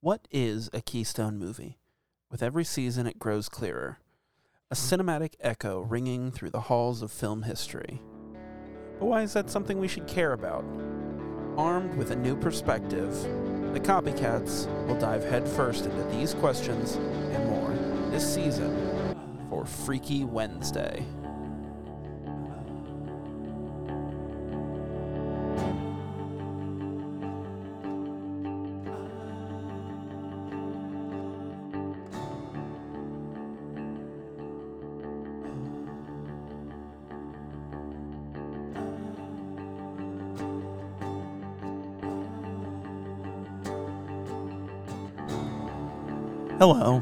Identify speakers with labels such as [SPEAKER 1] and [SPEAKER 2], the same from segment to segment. [SPEAKER 1] What is a Keystone movie? With every season, it grows clearer. A cinematic echo ringing through the halls of film history. But why is that something we should care about? Armed with a new perspective, the copycats will dive headfirst into these questions and more this season for Freaky Wednesday. Hello,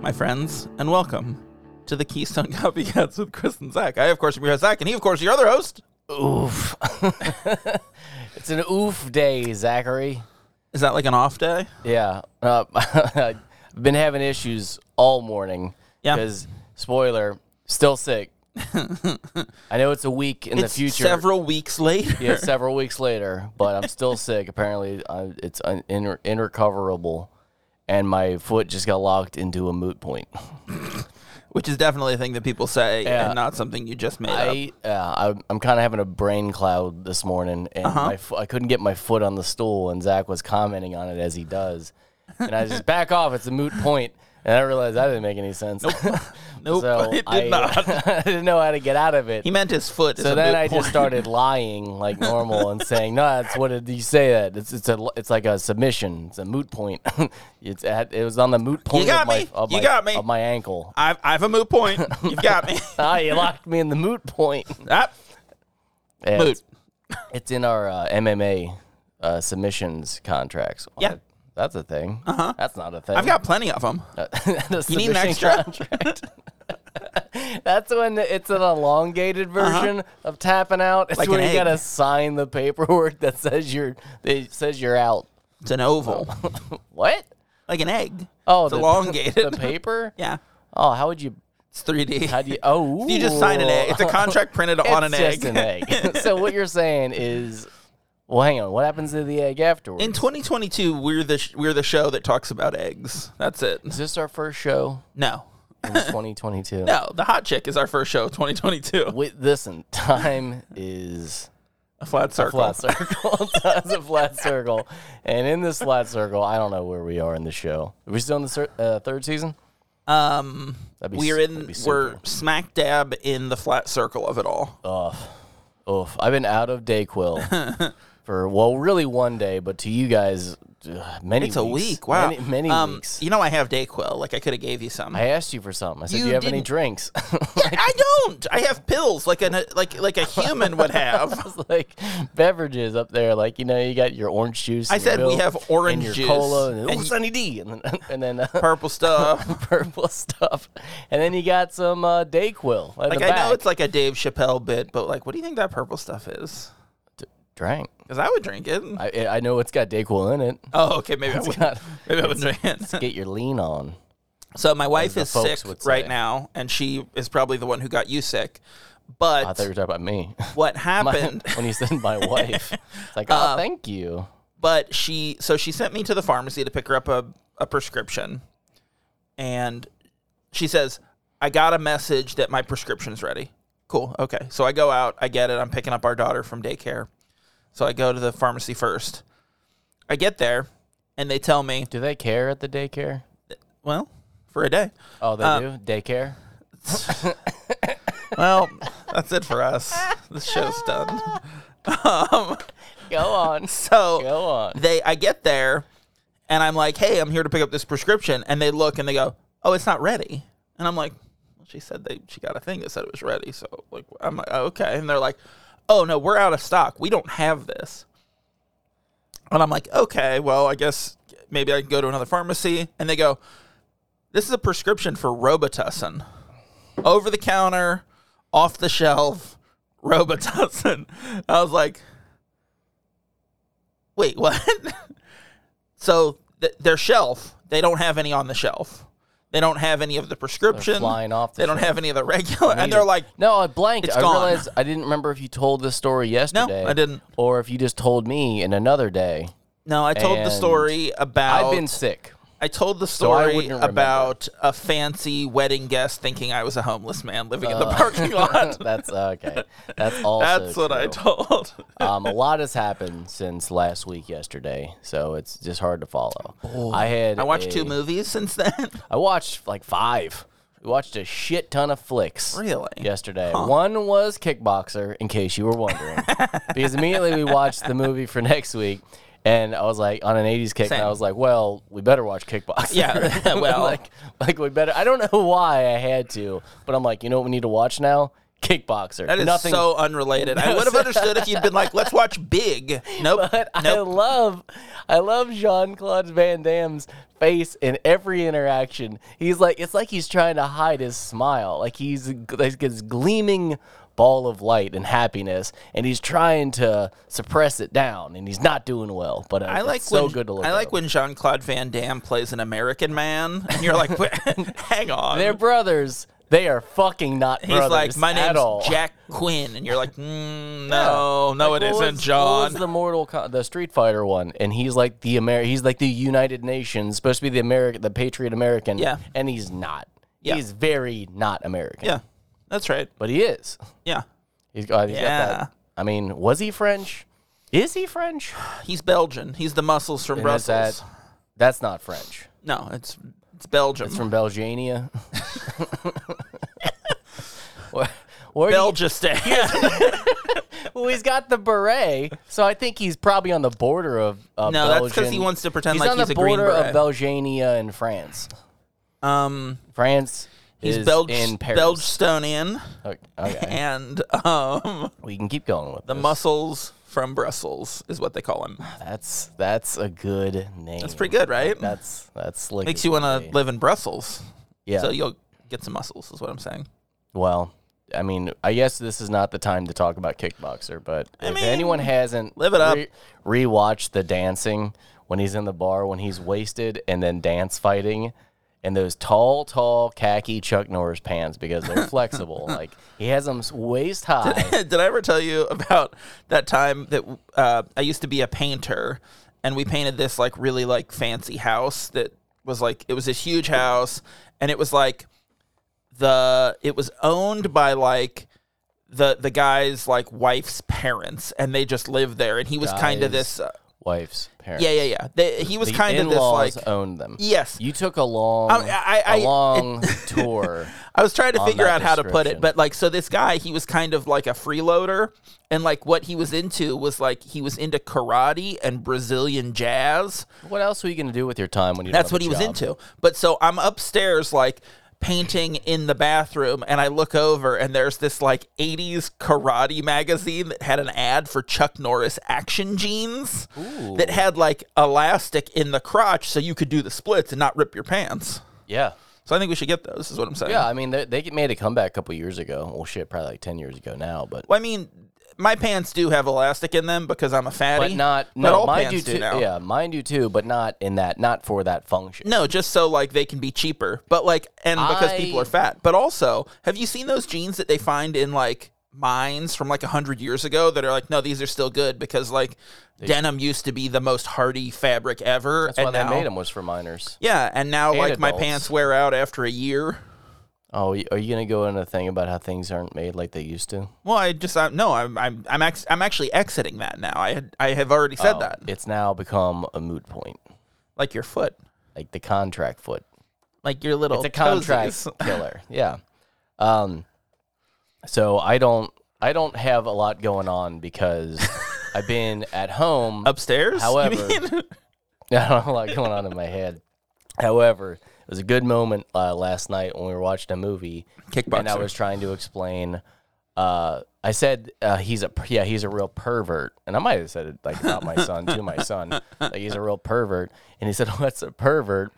[SPEAKER 1] my friends, and welcome to the Keystone Copycats with Chris and Zach. I, of course, am your host, Zach, and he, of course, is your other host.
[SPEAKER 2] Oof. it's an oof day, Zachary.
[SPEAKER 1] Is that like an off day?
[SPEAKER 2] Yeah. Uh, I've been having issues all morning.
[SPEAKER 1] Yeah.
[SPEAKER 2] Because, spoiler, still sick. I know it's a week in
[SPEAKER 1] It's
[SPEAKER 2] the future.
[SPEAKER 1] Several weeks later.
[SPEAKER 2] yeah, several weeks later, but I'm still sick. Apparently, uh, it's un- in- irrecoverable, and my foot just got locked into a moot point.
[SPEAKER 1] Which is definitely a thing that people say
[SPEAKER 2] Yeah.
[SPEAKER 1] and not something you just made up.
[SPEAKER 2] I uh, I'm, I'm kind of having a brain cloud this morning, and
[SPEAKER 1] Uh-huh.
[SPEAKER 2] my fo- I couldn't get my foot on the stool, and Zach was commenting on it as he does, and I just back off. It's a moot point, and I realized that didn't make any sense. Nope,
[SPEAKER 1] Nope, it did
[SPEAKER 2] I,
[SPEAKER 1] not.
[SPEAKER 2] I didn't know how to get out of it.
[SPEAKER 1] He meant his foot. is
[SPEAKER 2] so
[SPEAKER 1] a
[SPEAKER 2] then
[SPEAKER 1] moot
[SPEAKER 2] I
[SPEAKER 1] point.
[SPEAKER 2] just started lying like normal and saying, "No, that's what did you say that? It's it's a it's like a submission. It's a moot point. it's at, it was on the moot point
[SPEAKER 1] got
[SPEAKER 2] of my
[SPEAKER 1] me.
[SPEAKER 2] of
[SPEAKER 1] You
[SPEAKER 2] my
[SPEAKER 1] got me.
[SPEAKER 2] of my ankle.
[SPEAKER 1] I've, I've a moot point. You've got me.
[SPEAKER 2] ah, you locked me in the moot point.
[SPEAKER 1] ah,
[SPEAKER 2] Yeah, it's-
[SPEAKER 1] moot.
[SPEAKER 2] It's in our uh, MMA uh, submissions contracts. Well,
[SPEAKER 1] Yeah.
[SPEAKER 2] that- that's a thing. Uh-huh. That's not a thing.
[SPEAKER 1] I've got plenty of them.
[SPEAKER 2] the
[SPEAKER 1] You need an
[SPEAKER 2] submission
[SPEAKER 1] extra?
[SPEAKER 2] contract. that's when it's an elongated version of tapping out. It's
[SPEAKER 1] Uh-huh. Like
[SPEAKER 2] when
[SPEAKER 1] an
[SPEAKER 2] you
[SPEAKER 1] egg.
[SPEAKER 2] gotta sign the paperwork that says you're that says you're out.
[SPEAKER 1] It's an oval,
[SPEAKER 2] What?
[SPEAKER 1] like an egg.
[SPEAKER 2] Oh,
[SPEAKER 1] It's
[SPEAKER 2] the,
[SPEAKER 1] elongated.
[SPEAKER 2] the paper.
[SPEAKER 1] yeah,
[SPEAKER 2] Oh, how would you?
[SPEAKER 1] it's 3D.
[SPEAKER 2] How do you? Oh,
[SPEAKER 1] you just sign an egg. It's a contract printed on an
[SPEAKER 2] It's
[SPEAKER 1] egg.
[SPEAKER 2] just an egg. so what you're saying is, well, hang on. What happens to the egg afterwards?
[SPEAKER 1] In 2022, we're the sh- we're the show that talks about eggs. That's it.
[SPEAKER 2] Is this our first show
[SPEAKER 1] No,
[SPEAKER 2] in 2022?
[SPEAKER 1] no, the hot chick is our first show of 2022.
[SPEAKER 2] Wait, listen, time is
[SPEAKER 1] A flat circle.
[SPEAKER 2] flat circle. Time's a flat circle. And in this flat circle, I don't know where we are in the show. Are we still in the cer- uh, third season?
[SPEAKER 1] Um,
[SPEAKER 2] That'd
[SPEAKER 1] we're
[SPEAKER 2] s-
[SPEAKER 1] in
[SPEAKER 2] that'd be
[SPEAKER 1] we're smack dab in the flat circle of it all.
[SPEAKER 2] Oof, I've been out of Dayquil for, well, really one day, but to you guys, ugh, many
[SPEAKER 1] it's a
[SPEAKER 2] weeks.
[SPEAKER 1] week. Wow,
[SPEAKER 2] Many, many
[SPEAKER 1] um,
[SPEAKER 2] weeks.
[SPEAKER 1] You know, I have Dayquil. Like I could have gave you some.
[SPEAKER 2] I asked you for something. I said,
[SPEAKER 1] You
[SPEAKER 2] do you have any
[SPEAKER 1] didn't-
[SPEAKER 2] drinks?
[SPEAKER 1] I don't. I have pills like an like like a human would have.
[SPEAKER 2] It's like beverages up there. Like you know, you got your orange juice.
[SPEAKER 1] I
[SPEAKER 2] and your
[SPEAKER 1] said we
[SPEAKER 2] milk
[SPEAKER 1] have orange
[SPEAKER 2] and your
[SPEAKER 1] juice
[SPEAKER 2] cola and, ooh,
[SPEAKER 1] and-
[SPEAKER 2] Sunny D, and then and then uh,
[SPEAKER 1] Purple stuff.
[SPEAKER 2] purple stuff, and then you got some uh, Dayquil. At
[SPEAKER 1] Like
[SPEAKER 2] the
[SPEAKER 1] I know
[SPEAKER 2] back.
[SPEAKER 1] it's like a Dave Chappelle bit, but like, what do you think that purple stuff is?
[SPEAKER 2] drank.
[SPEAKER 1] Because I would drink it.
[SPEAKER 2] I I know it's got Dayquil in it.
[SPEAKER 1] oh, okay, maybe I would.
[SPEAKER 2] got-
[SPEAKER 1] Maybe I would drink it.
[SPEAKER 2] Get your lean on.
[SPEAKER 1] So my wife
[SPEAKER 2] the
[SPEAKER 1] is
[SPEAKER 2] folks
[SPEAKER 1] sick
[SPEAKER 2] would
[SPEAKER 1] right
[SPEAKER 2] say.
[SPEAKER 1] now, and she is probably the one who got you sick.
[SPEAKER 2] I
[SPEAKER 1] But
[SPEAKER 2] thought you were talking about me.
[SPEAKER 1] what
[SPEAKER 2] My,
[SPEAKER 1] happened?
[SPEAKER 2] when you said my wife, it's like,
[SPEAKER 1] Uh,
[SPEAKER 2] oh, thank you.
[SPEAKER 1] but she so she sent me to the pharmacy to pick her up a, a prescription and she says i got a message that my prescription's ready cool okay so i go out i get it i'm picking up our daughter from daycare so i go to the pharmacy first i get there and they tell me
[SPEAKER 2] Do they care at the daycare?
[SPEAKER 1] well for a day
[SPEAKER 2] Oh, they do. Daycare.
[SPEAKER 1] well that's it for us the show's done
[SPEAKER 2] Go on.
[SPEAKER 1] so
[SPEAKER 2] Go on.
[SPEAKER 1] they I get there and I'm like, "Hey, I'm here to pick up this prescription." And they look and they go, "Oh, it's not ready." And I'm like, well, "She said they she got a thing that said it was ready." So like I'm like, oh, "Okay." And they're like, "Oh, no, we're out of stock. We don't have this." And I'm like, "Okay, well, I guess maybe I can go to another pharmacy." And they go, "This is a prescription for Robitussin. Over the counter, off the shelf, Robitussin." I was like, wait, what? so th- their shelf, they don't have any on the shelf. They don't have any of the prescription.
[SPEAKER 2] flying off the
[SPEAKER 1] they don't
[SPEAKER 2] shelf.
[SPEAKER 1] have any of the regular. And they're like,
[SPEAKER 2] no, I blanked.
[SPEAKER 1] It's
[SPEAKER 2] I
[SPEAKER 1] gone.
[SPEAKER 2] realized I didn't remember if you told this story yesterday.
[SPEAKER 1] I didn't.
[SPEAKER 2] Or if you just told me in another day.
[SPEAKER 1] No, I told the
[SPEAKER 2] And
[SPEAKER 1] story about.
[SPEAKER 2] I've been sick.
[SPEAKER 1] I told the
[SPEAKER 2] I
[SPEAKER 1] story
[SPEAKER 2] wouldn't remember.
[SPEAKER 1] about a fancy wedding guest thinking I was a homeless man living in the parking lot.
[SPEAKER 2] Uh, That's uh, okay. That's also
[SPEAKER 1] That's what I
[SPEAKER 2] true.
[SPEAKER 1] told.
[SPEAKER 2] um, a lot has happened since last week, yesterday, so it's just hard to follow. I had
[SPEAKER 1] I watched
[SPEAKER 2] a-
[SPEAKER 1] two movies since then.
[SPEAKER 2] I watched like five. We watched a shit ton of flicks.
[SPEAKER 1] Really?
[SPEAKER 2] Yesterday. One was Kickboxer, in case you were wondering. because immediately we watched the movie for next week, and I was like, on an 80s kick, and
[SPEAKER 1] Same.
[SPEAKER 2] I was like, well, we better watch Kickboxer.
[SPEAKER 1] Yeah, well.
[SPEAKER 2] like, like, we better. I don't know why I had to, but I'm like, you know what we need to watch now? Kickboxer.
[SPEAKER 1] That is
[SPEAKER 2] Nothing
[SPEAKER 1] so unrelated. I would have understood if you'd been like, "Let's watch Big." Nope.
[SPEAKER 2] But I
[SPEAKER 1] nope.
[SPEAKER 2] love, I love Jean Claude Van Damme's face in every interaction. He's like, it's like he's trying to hide his smile. Like he's like this gleaming ball of light and happiness, and he's trying to suppress it down, and he's not doing well. But uh,
[SPEAKER 1] I like
[SPEAKER 2] it's so
[SPEAKER 1] when,
[SPEAKER 2] good to look.
[SPEAKER 1] I
[SPEAKER 2] at
[SPEAKER 1] like
[SPEAKER 2] him.
[SPEAKER 1] when Jean Claude Van Damme plays an American man, and you're like, "Wait, "Hang on."
[SPEAKER 2] they're brothers. They are fucking not
[SPEAKER 1] He's
[SPEAKER 2] brothers
[SPEAKER 1] like, "My
[SPEAKER 2] at all.
[SPEAKER 1] name's Jack Quinn," and you're like, mm, "No, no, it
[SPEAKER 2] What
[SPEAKER 1] not
[SPEAKER 2] was- What
[SPEAKER 1] John."
[SPEAKER 2] was the Mortal, Co- the Street Fighter one, and he's like the Amer, he's like the United Nations, supposed to be the American, the Patriot American.
[SPEAKER 1] Yeah.
[SPEAKER 2] and he's not.
[SPEAKER 1] Yeah.
[SPEAKER 2] He's very not American.
[SPEAKER 1] yeah, that's right.
[SPEAKER 2] but he is.
[SPEAKER 1] Yeah,
[SPEAKER 2] He's got. he's got that-
[SPEAKER 1] Yeah.
[SPEAKER 2] I mean, was he French? Is he French?
[SPEAKER 1] he's Belgian. He's the muscles from
[SPEAKER 2] Or is
[SPEAKER 1] Brussels.
[SPEAKER 2] that? That's not French.
[SPEAKER 1] No, it's it's Belgium.
[SPEAKER 2] It's from Belgiania. Where- where do you-
[SPEAKER 1] Belgistan.
[SPEAKER 2] well, he's got the beret, so I think he's probably on the border of uh,
[SPEAKER 1] No, that's 'cause he
[SPEAKER 2] Belgian-
[SPEAKER 1] wants to pretend
[SPEAKER 2] he's
[SPEAKER 1] like
[SPEAKER 2] on
[SPEAKER 1] he's
[SPEAKER 2] the
[SPEAKER 1] a Green
[SPEAKER 2] border
[SPEAKER 1] Beret.
[SPEAKER 2] of Belgiania and France.
[SPEAKER 1] um,
[SPEAKER 2] France
[SPEAKER 1] he's
[SPEAKER 2] is
[SPEAKER 1] Belg-
[SPEAKER 2] in Paris.
[SPEAKER 1] Belgstonian,
[SPEAKER 2] Okay, okay.
[SPEAKER 1] and um,
[SPEAKER 2] we can keep going with
[SPEAKER 1] the
[SPEAKER 2] this.
[SPEAKER 1] muscles from Brussels is what they call him.
[SPEAKER 2] That's that's a good name. That's
[SPEAKER 1] It's pretty good, right?
[SPEAKER 2] That's that's slick.
[SPEAKER 1] Makes
[SPEAKER 2] as
[SPEAKER 1] you
[SPEAKER 2] can
[SPEAKER 1] want
[SPEAKER 2] be.
[SPEAKER 1] to live in Brussels.
[SPEAKER 2] Yeah.
[SPEAKER 1] So you'll get some muscles, is what I'm saying.
[SPEAKER 2] well, I mean, I guess this is not the time to talk about kickboxer, but if anyone hasn't
[SPEAKER 1] live it up.
[SPEAKER 2] re- rewatch the dancing when he's in the bar when he's wasted and then dance fighting. And those tall, tall khaki Chuck Norris pants because they're flexible. like he has them waist high.
[SPEAKER 1] Did I ever tell you about that time that uh, I used to be a painter and we painted this like really like fancy house that was like it was this huge house and it was like the it was owned by like the the guy's like wife's parents and they just lived there and he was kind of
[SPEAKER 2] Guys.
[SPEAKER 1] this uh,
[SPEAKER 2] Wife's parents.
[SPEAKER 1] yeah yeah yeah they, he was
[SPEAKER 2] The
[SPEAKER 1] kind of this like
[SPEAKER 2] in-laws owned them.
[SPEAKER 1] yes
[SPEAKER 2] You took a long,
[SPEAKER 1] I- I-
[SPEAKER 2] a long tour.
[SPEAKER 1] I was trying to figure
[SPEAKER 2] that
[SPEAKER 1] out how to put it,
[SPEAKER 2] description.
[SPEAKER 1] but like, so this guy, he was kind of like a freeloader, and like what he was into was like he was into karate and Brazilian jazz.
[SPEAKER 2] What else were you going to do with your time when you?
[SPEAKER 1] That's what he was into. But so I'm upstairs, like painting in the bathroom, and I look over, and there's this like 80s karate magazine that had an ad for Chuck Norris action jeans that had like elastic in the crotch so you could do the splits and not rip your pants.
[SPEAKER 2] Yeah,
[SPEAKER 1] So I think we should get those, is what I'm saying.
[SPEAKER 2] yeah. I mean, they, they made a comeback a couple years ago. Well, shit, probably like ten years ago now, but.
[SPEAKER 1] Well, I mean, my pants do have elastic in them because I'm a fatty.
[SPEAKER 2] But not
[SPEAKER 1] but
[SPEAKER 2] no,
[SPEAKER 1] all
[SPEAKER 2] mine
[SPEAKER 1] pants
[SPEAKER 2] do
[SPEAKER 1] do
[SPEAKER 2] too.
[SPEAKER 1] now.
[SPEAKER 2] Yeah, mine do too, but not in that, not for that function.
[SPEAKER 1] No, just so like they can be cheaper, but like, and because
[SPEAKER 2] I-
[SPEAKER 1] people are fat. But also, have you seen those jeans that they find in like mines from like a hundred years ago that are like, no, these are still good because like denim used to be the most hardy fabric ever.
[SPEAKER 2] That's why
[SPEAKER 1] and
[SPEAKER 2] they
[SPEAKER 1] now,
[SPEAKER 2] made them was for minors.
[SPEAKER 1] Yeah, and now like my
[SPEAKER 2] adults.
[SPEAKER 1] pants wear out after a year.
[SPEAKER 2] Oh, y- are you gonna go into a thing about how things aren't made like they used to?
[SPEAKER 1] Well, I just I, no, I'm I'm I'm, ex- I'm actually exiting that now. I had, I have already said
[SPEAKER 2] Oh,
[SPEAKER 1] that.
[SPEAKER 2] it's now become a moot point,
[SPEAKER 1] Like your foot,
[SPEAKER 2] like the contract foot.
[SPEAKER 1] like your little
[SPEAKER 2] It's a contract
[SPEAKER 1] toesies.
[SPEAKER 2] killer. Yeah. Um, so I don't I don't have a lot going on because I've been at home.
[SPEAKER 1] upstairs. you
[SPEAKER 2] However,
[SPEAKER 1] mean?
[SPEAKER 2] I don't have a lot going on in my head. However, it was a good moment uh, last night when we were watching a movie, and I
[SPEAKER 1] Kickboxer.
[SPEAKER 2] was trying to explain. Uh, I said uh, he's a per- yeah he's a real pervert, and I might have said it like about my son to my son, like he's a real pervert, and he said what's a pervert,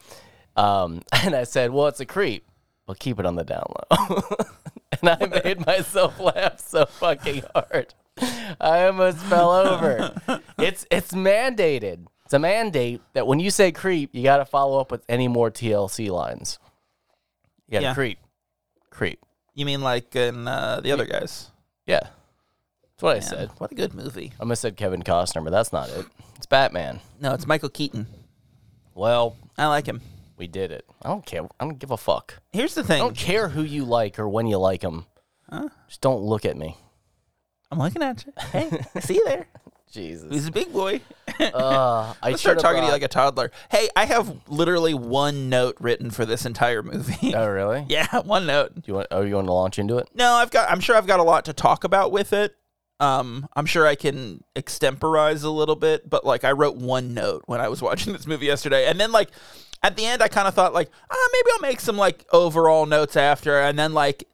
[SPEAKER 2] um, and I said well it's a creep, well keep it on the down low, and I made myself laugh so fucking hard, I almost fell over. It's it's mandated. It's a mandate that when you say creep, you got to follow up with any more TLC lines. You got to
[SPEAKER 1] Yeah.
[SPEAKER 2] creep, creep.
[SPEAKER 1] you mean like in uh, the other guys?
[SPEAKER 2] Yeah. That's what I said.
[SPEAKER 1] What a good movie.
[SPEAKER 2] I must have said Kevin Costner, but that's not it. It's Batman.
[SPEAKER 1] No, it's Michael Keaton.
[SPEAKER 2] Well,
[SPEAKER 1] I like him.
[SPEAKER 2] we did it. I don't care. I don't give a fuck.
[SPEAKER 1] Here's the
[SPEAKER 2] I
[SPEAKER 1] thing.
[SPEAKER 2] don't care who you like or when you like them. Just don't look at me.
[SPEAKER 1] I'm looking at you. Hey, I see you there.
[SPEAKER 2] Jesus.
[SPEAKER 1] He's a big boy.
[SPEAKER 2] Uh, I
[SPEAKER 1] I start
[SPEAKER 2] should've
[SPEAKER 1] talking to you
[SPEAKER 2] brought-
[SPEAKER 1] like a toddler. Hey, I have literally one note written for this entire movie.
[SPEAKER 2] Oh, really?
[SPEAKER 1] yeah, one note.
[SPEAKER 2] You want? Oh, you want to launch into it?
[SPEAKER 1] No, I've got. I'm sure I've got a lot to talk about with it. Um, I'm sure I can extemporize a little bit, but like I wrote one note when I was watching this movie yesterday, and then like at the end, I kind of thought like, ah, maybe I'll make some like overall notes after, and then like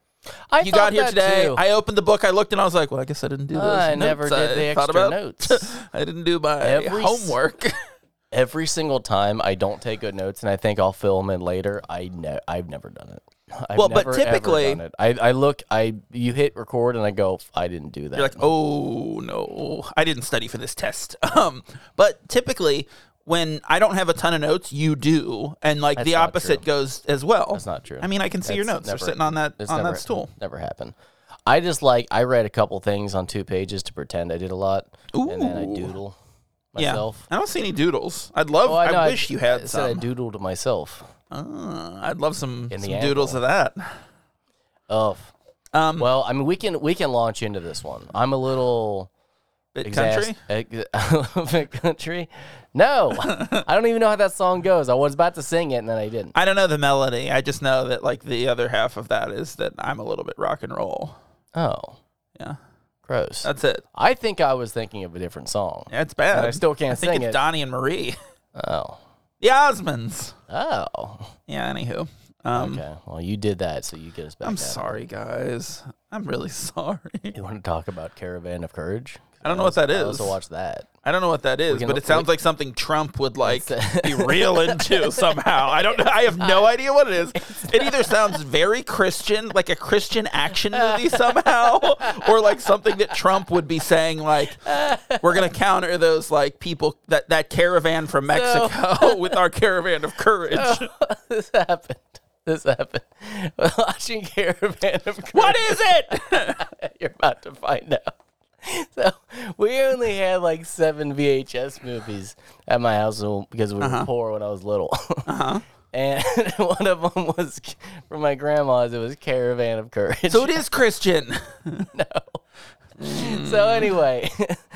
[SPEAKER 2] I
[SPEAKER 1] you got
[SPEAKER 2] thought
[SPEAKER 1] here
[SPEAKER 2] that
[SPEAKER 1] today,
[SPEAKER 2] too. Ah,
[SPEAKER 1] I opened the book, I looked, and I was like, well, I guess I didn't do those.
[SPEAKER 2] I
[SPEAKER 1] notes
[SPEAKER 2] never did the
[SPEAKER 1] I thought
[SPEAKER 2] extra
[SPEAKER 1] about.
[SPEAKER 2] notes.
[SPEAKER 1] I didn't do my
[SPEAKER 2] Every s-
[SPEAKER 1] homework.
[SPEAKER 2] Every single time I don't take good notes, and I think I'll fill them in later. I ne- I've never done it. I've
[SPEAKER 1] Well, but
[SPEAKER 2] never, ever
[SPEAKER 1] typically-
[SPEAKER 2] done it. I, I look, I you hit record, and I go, I didn't do that.
[SPEAKER 1] You're like, oh no, I didn't study for this test. Um, but typically, when I don't have a ton of notes, you do, and like the
[SPEAKER 2] not
[SPEAKER 1] opposite goes as well. That's
[SPEAKER 2] not true.
[SPEAKER 1] I mean, I can see your
[SPEAKER 2] That's
[SPEAKER 1] notes. They're
[SPEAKER 2] never-
[SPEAKER 1] sitting on that
[SPEAKER 2] It's
[SPEAKER 1] on
[SPEAKER 2] never,
[SPEAKER 1] that stool.
[SPEAKER 2] Never happened. I just like I read a couple things on two pages to pretend I did a lot, and then I
[SPEAKER 1] Ooh.
[SPEAKER 2] doodle
[SPEAKER 1] Yeah,
[SPEAKER 2] myself.
[SPEAKER 1] I don't see any doodles. I'd love.
[SPEAKER 2] Oh,
[SPEAKER 1] I,
[SPEAKER 2] know,
[SPEAKER 1] wish
[SPEAKER 2] d-
[SPEAKER 1] you had
[SPEAKER 2] I said
[SPEAKER 1] some.
[SPEAKER 2] I doodled myself.
[SPEAKER 1] Uh, I'd love some,
[SPEAKER 2] In the
[SPEAKER 1] some doodles of that.
[SPEAKER 2] Oh,
[SPEAKER 1] Um,
[SPEAKER 2] well, I mean, we can we can launch into this one. I'm a little
[SPEAKER 1] bit country.
[SPEAKER 2] exas- ex- country. No, I don't even know how that song goes. I was about to sing it and then I didn't.
[SPEAKER 1] I don't know the melody. I just know that like the other half of that is that I'm a little bit rock and roll.
[SPEAKER 2] Oh,
[SPEAKER 1] Yeah,
[SPEAKER 2] gross.
[SPEAKER 1] that's it.
[SPEAKER 2] I think I was thinking of a different song.
[SPEAKER 1] Yeah, it's bad.
[SPEAKER 2] And I still can't
[SPEAKER 1] I think
[SPEAKER 2] sing
[SPEAKER 1] it's
[SPEAKER 2] it.
[SPEAKER 1] Donnie and Marie,
[SPEAKER 2] Oh,
[SPEAKER 1] the Osmonds.
[SPEAKER 2] oh.
[SPEAKER 1] Yeah, anywho. Um,
[SPEAKER 2] Okay. Well, you did that, so you get us back.
[SPEAKER 1] I'm
[SPEAKER 2] at it.
[SPEAKER 1] sorry, guys. I'm really sorry.
[SPEAKER 2] You want to talk about Caravan of Courage?
[SPEAKER 1] I don't know what that
[SPEAKER 2] I
[SPEAKER 1] is.
[SPEAKER 2] also watched that.
[SPEAKER 1] I don't know what that is,
[SPEAKER 2] can
[SPEAKER 1] but
[SPEAKER 2] look-
[SPEAKER 1] it sounds like something Trump would like be real into somehow. I don't. I have no idea what it is. It either sounds very Christian, like a Christian action movie somehow, or like something that Trump would be saying, like, "We're gonna counter those like people that that caravan from Mexico with our caravan of courage."
[SPEAKER 2] this happened. This happened. Watching Caravan of Courage.
[SPEAKER 1] what is it?
[SPEAKER 2] You're about to find out. So we only had like seven VHS movies at my house when- because we were poor when I was little. Uh-huh. and one of them was from my grandma's. It was Caravan of Courage.
[SPEAKER 1] so it is Christian.
[SPEAKER 2] So anyway,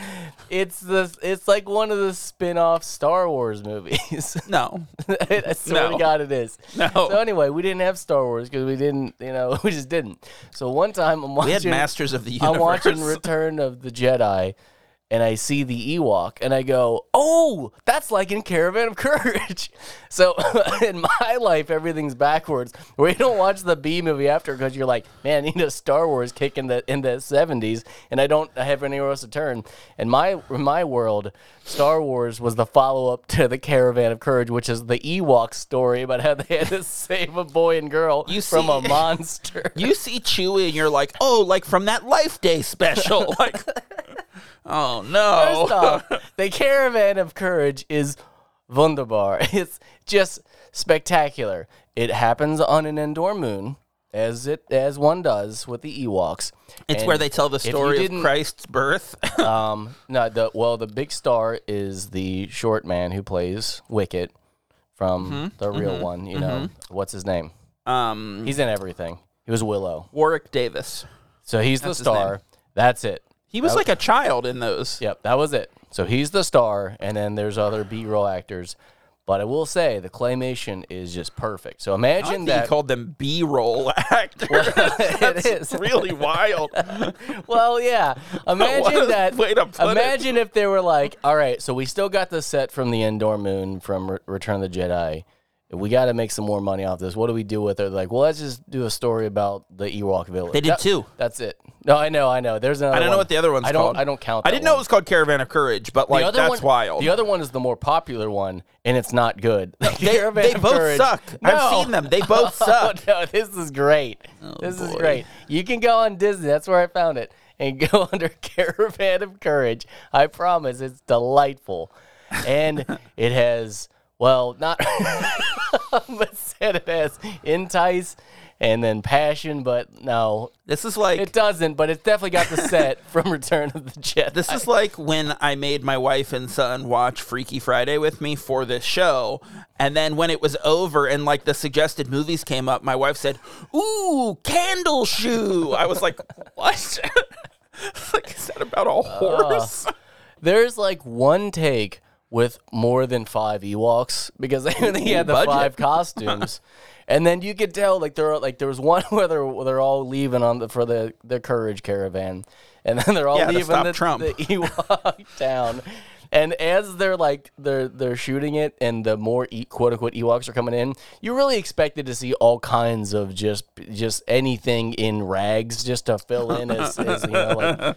[SPEAKER 2] it's this. It's like one of the spin-off Star Wars movies.
[SPEAKER 1] No.
[SPEAKER 2] I swear to
[SPEAKER 1] No.
[SPEAKER 2] God, it is.
[SPEAKER 1] No.
[SPEAKER 2] So anyway, we didn't have Star Wars because we didn't, you know, we just didn't. So one time I'm watching,
[SPEAKER 1] We had Masters of the Universe.
[SPEAKER 2] I'm watching Return of the Jedi, and I see the Ewok, and I go, "Oh, that's like in Caravan of Courage." So in my life, everything's backwards. Where you don't watch the B movie after because you're like, "Man, I need a Star Wars kick in the in the '70s," and I don't have anywhere else to turn. In my in my world, Star Wars was the follow up to the Caravan of Courage, which is the Ewok story about how they had to save a boy and girl
[SPEAKER 1] You
[SPEAKER 2] from a
[SPEAKER 1] see-
[SPEAKER 2] monster.
[SPEAKER 1] you see Chewie and you're like, oh, like from that Life Day special. like, oh
[SPEAKER 2] First
[SPEAKER 1] no.
[SPEAKER 2] off, the caravan of courage is wunderbar. It's just spectacular. It happens on an indoor moon, as it as one does with the Ewoks.
[SPEAKER 1] It's
[SPEAKER 2] And
[SPEAKER 1] where they tell the
[SPEAKER 2] if you
[SPEAKER 1] story of
[SPEAKER 2] didn't-
[SPEAKER 1] Christ's birth.
[SPEAKER 2] Um, no, the well, the big star is the short man who plays Wicket from
[SPEAKER 1] Mm-hmm.
[SPEAKER 2] the real one. You know what's his name?
[SPEAKER 1] um,
[SPEAKER 2] He's in everything. He was Willow,
[SPEAKER 1] Warwick Davis.
[SPEAKER 2] so he's the
[SPEAKER 1] his name.
[SPEAKER 2] star. That's it.
[SPEAKER 1] He was like a child in those.
[SPEAKER 2] Yep, that was it. So he's the star, and then there's other B-roll actors. But I will say the claymation is just perfect. So
[SPEAKER 1] I
[SPEAKER 2] imagine
[SPEAKER 1] think he
[SPEAKER 2] that.
[SPEAKER 1] called them B-roll actors.
[SPEAKER 2] it is.
[SPEAKER 1] really wild.
[SPEAKER 2] Well, yeah.
[SPEAKER 1] What a
[SPEAKER 2] Imagine that.
[SPEAKER 1] way to put it.
[SPEAKER 2] imagine if they were like, all right, so we still got the set from the Indoor Moon from Re- Return of the Jedi. We got to make some more money off this. What do we do with it? Like, well, let's just do a story about the Ewok village.
[SPEAKER 1] They did
[SPEAKER 2] That-
[SPEAKER 1] too.
[SPEAKER 2] That's it. No, I know, I know. There's another.
[SPEAKER 1] I don't know
[SPEAKER 2] one.
[SPEAKER 1] what the other one's
[SPEAKER 2] I don't.
[SPEAKER 1] called.
[SPEAKER 2] I don't count.
[SPEAKER 1] I
[SPEAKER 2] that
[SPEAKER 1] didn't know
[SPEAKER 2] one.
[SPEAKER 1] it was called Caravan of Courage, but
[SPEAKER 2] The
[SPEAKER 1] like
[SPEAKER 2] other
[SPEAKER 1] that's
[SPEAKER 2] one,
[SPEAKER 1] wild.
[SPEAKER 2] The other one is the more popular one, and it's not good.
[SPEAKER 1] they, they both suck. I've seen them. They both suck. Oh,
[SPEAKER 2] no, this is great. this is
[SPEAKER 1] boy.
[SPEAKER 2] great. You can go on Disney. That's where I found it, and go under Caravan of Courage. I promise, it's delightful, and it has well, not, but said it has entice. and then Passion, but no,
[SPEAKER 1] This is like
[SPEAKER 2] it doesn't. But it's definitely got the set from Return of the Jedi.
[SPEAKER 1] This is like when I made my wife and son watch Freaky Friday with me for this show. And then when it was over and like the suggested movies came up, my wife said, Ooh, Candle Shoe. I was like, What? It's like, is that about
[SPEAKER 2] Oh.
[SPEAKER 1] a horse?
[SPEAKER 2] There's like one take with more than five Ewoks because they only had the
[SPEAKER 1] budget.
[SPEAKER 2] five costumes, and then you could tell like there are like there was one where they're, where they're all leaving on the for the the courage caravan, and then they're all
[SPEAKER 1] Yeah, to
[SPEAKER 2] leaving
[SPEAKER 1] stop
[SPEAKER 2] the,
[SPEAKER 1] Trump.
[SPEAKER 2] the Ewok town. And as they're like they're they're shooting it, and the more e- quote unquote Ewoks are coming in, you really expected to see all kinds of just just anything in rags just to fill in as, as you know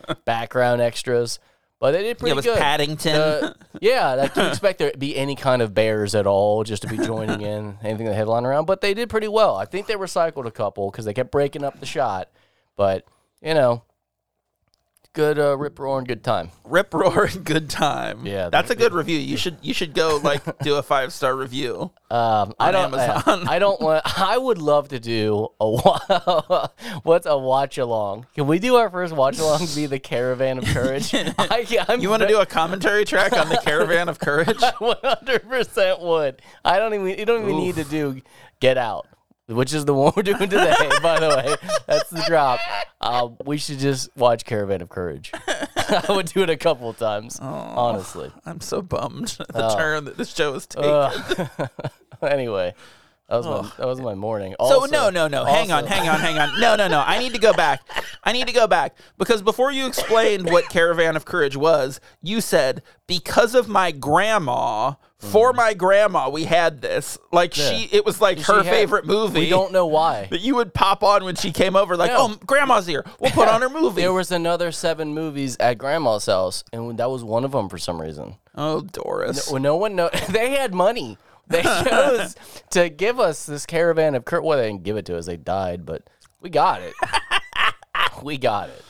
[SPEAKER 2] like background extras. But they did pretty
[SPEAKER 1] it was
[SPEAKER 2] good.
[SPEAKER 1] Paddington.
[SPEAKER 2] Uh, yeah, like you expect there to be any kind of bears at all, just to be joining in anything they headline around. But they did pretty well. I think they recycled a couple because they kept breaking up the shot. But you know, good uh, rip roaring good time.
[SPEAKER 1] Rip roar and good time.
[SPEAKER 2] Yeah,
[SPEAKER 1] that's
[SPEAKER 2] they-
[SPEAKER 1] a good review. You should you should go like do a five star review.
[SPEAKER 2] Um, I don't. I-
[SPEAKER 1] Amazon.
[SPEAKER 2] I don't want. I would love to do a wa- what's a watch along. Can we do our first watch along? Be the caravan of courage. I, I'm
[SPEAKER 1] You want to do a commentary track on the Caravan of Courage?
[SPEAKER 2] One hundred percent would. I don't even. You don't even need to do Get Out, which is the one we're doing today. by the way, that's the drop. Uh, we should just watch Caravan of Courage. I would do it a couple times, honestly.
[SPEAKER 1] I'm so bummed at
[SPEAKER 2] Oh.
[SPEAKER 1] the turn that this show is taking.
[SPEAKER 2] Ugh. anyway, that was my that was my morning.
[SPEAKER 1] So
[SPEAKER 2] Also,
[SPEAKER 1] no, no, no. hang on,
[SPEAKER 2] also-
[SPEAKER 1] hang on, hang on. No, no, no. I need to go back. I need to go back because before you explained what Caravan of Courage was, you said because of my grandma. For
[SPEAKER 2] Mm-hmm.
[SPEAKER 1] my grandma, we had this. Like she, it was like her
[SPEAKER 2] had-
[SPEAKER 1] favorite movie.
[SPEAKER 2] We don't know why.
[SPEAKER 1] that you would pop on when she came over. Like,
[SPEAKER 2] No.
[SPEAKER 1] oh, grandma's here. We'll put on her movie.
[SPEAKER 2] There was another seven movies at Grandma's house, and that was one of them for some reason.
[SPEAKER 1] oh, Doris.
[SPEAKER 2] Well, no one know. They had money. They chose to give us this caravan of Kurt. Well, they didn't give it to us. They died, but we got it. we got it.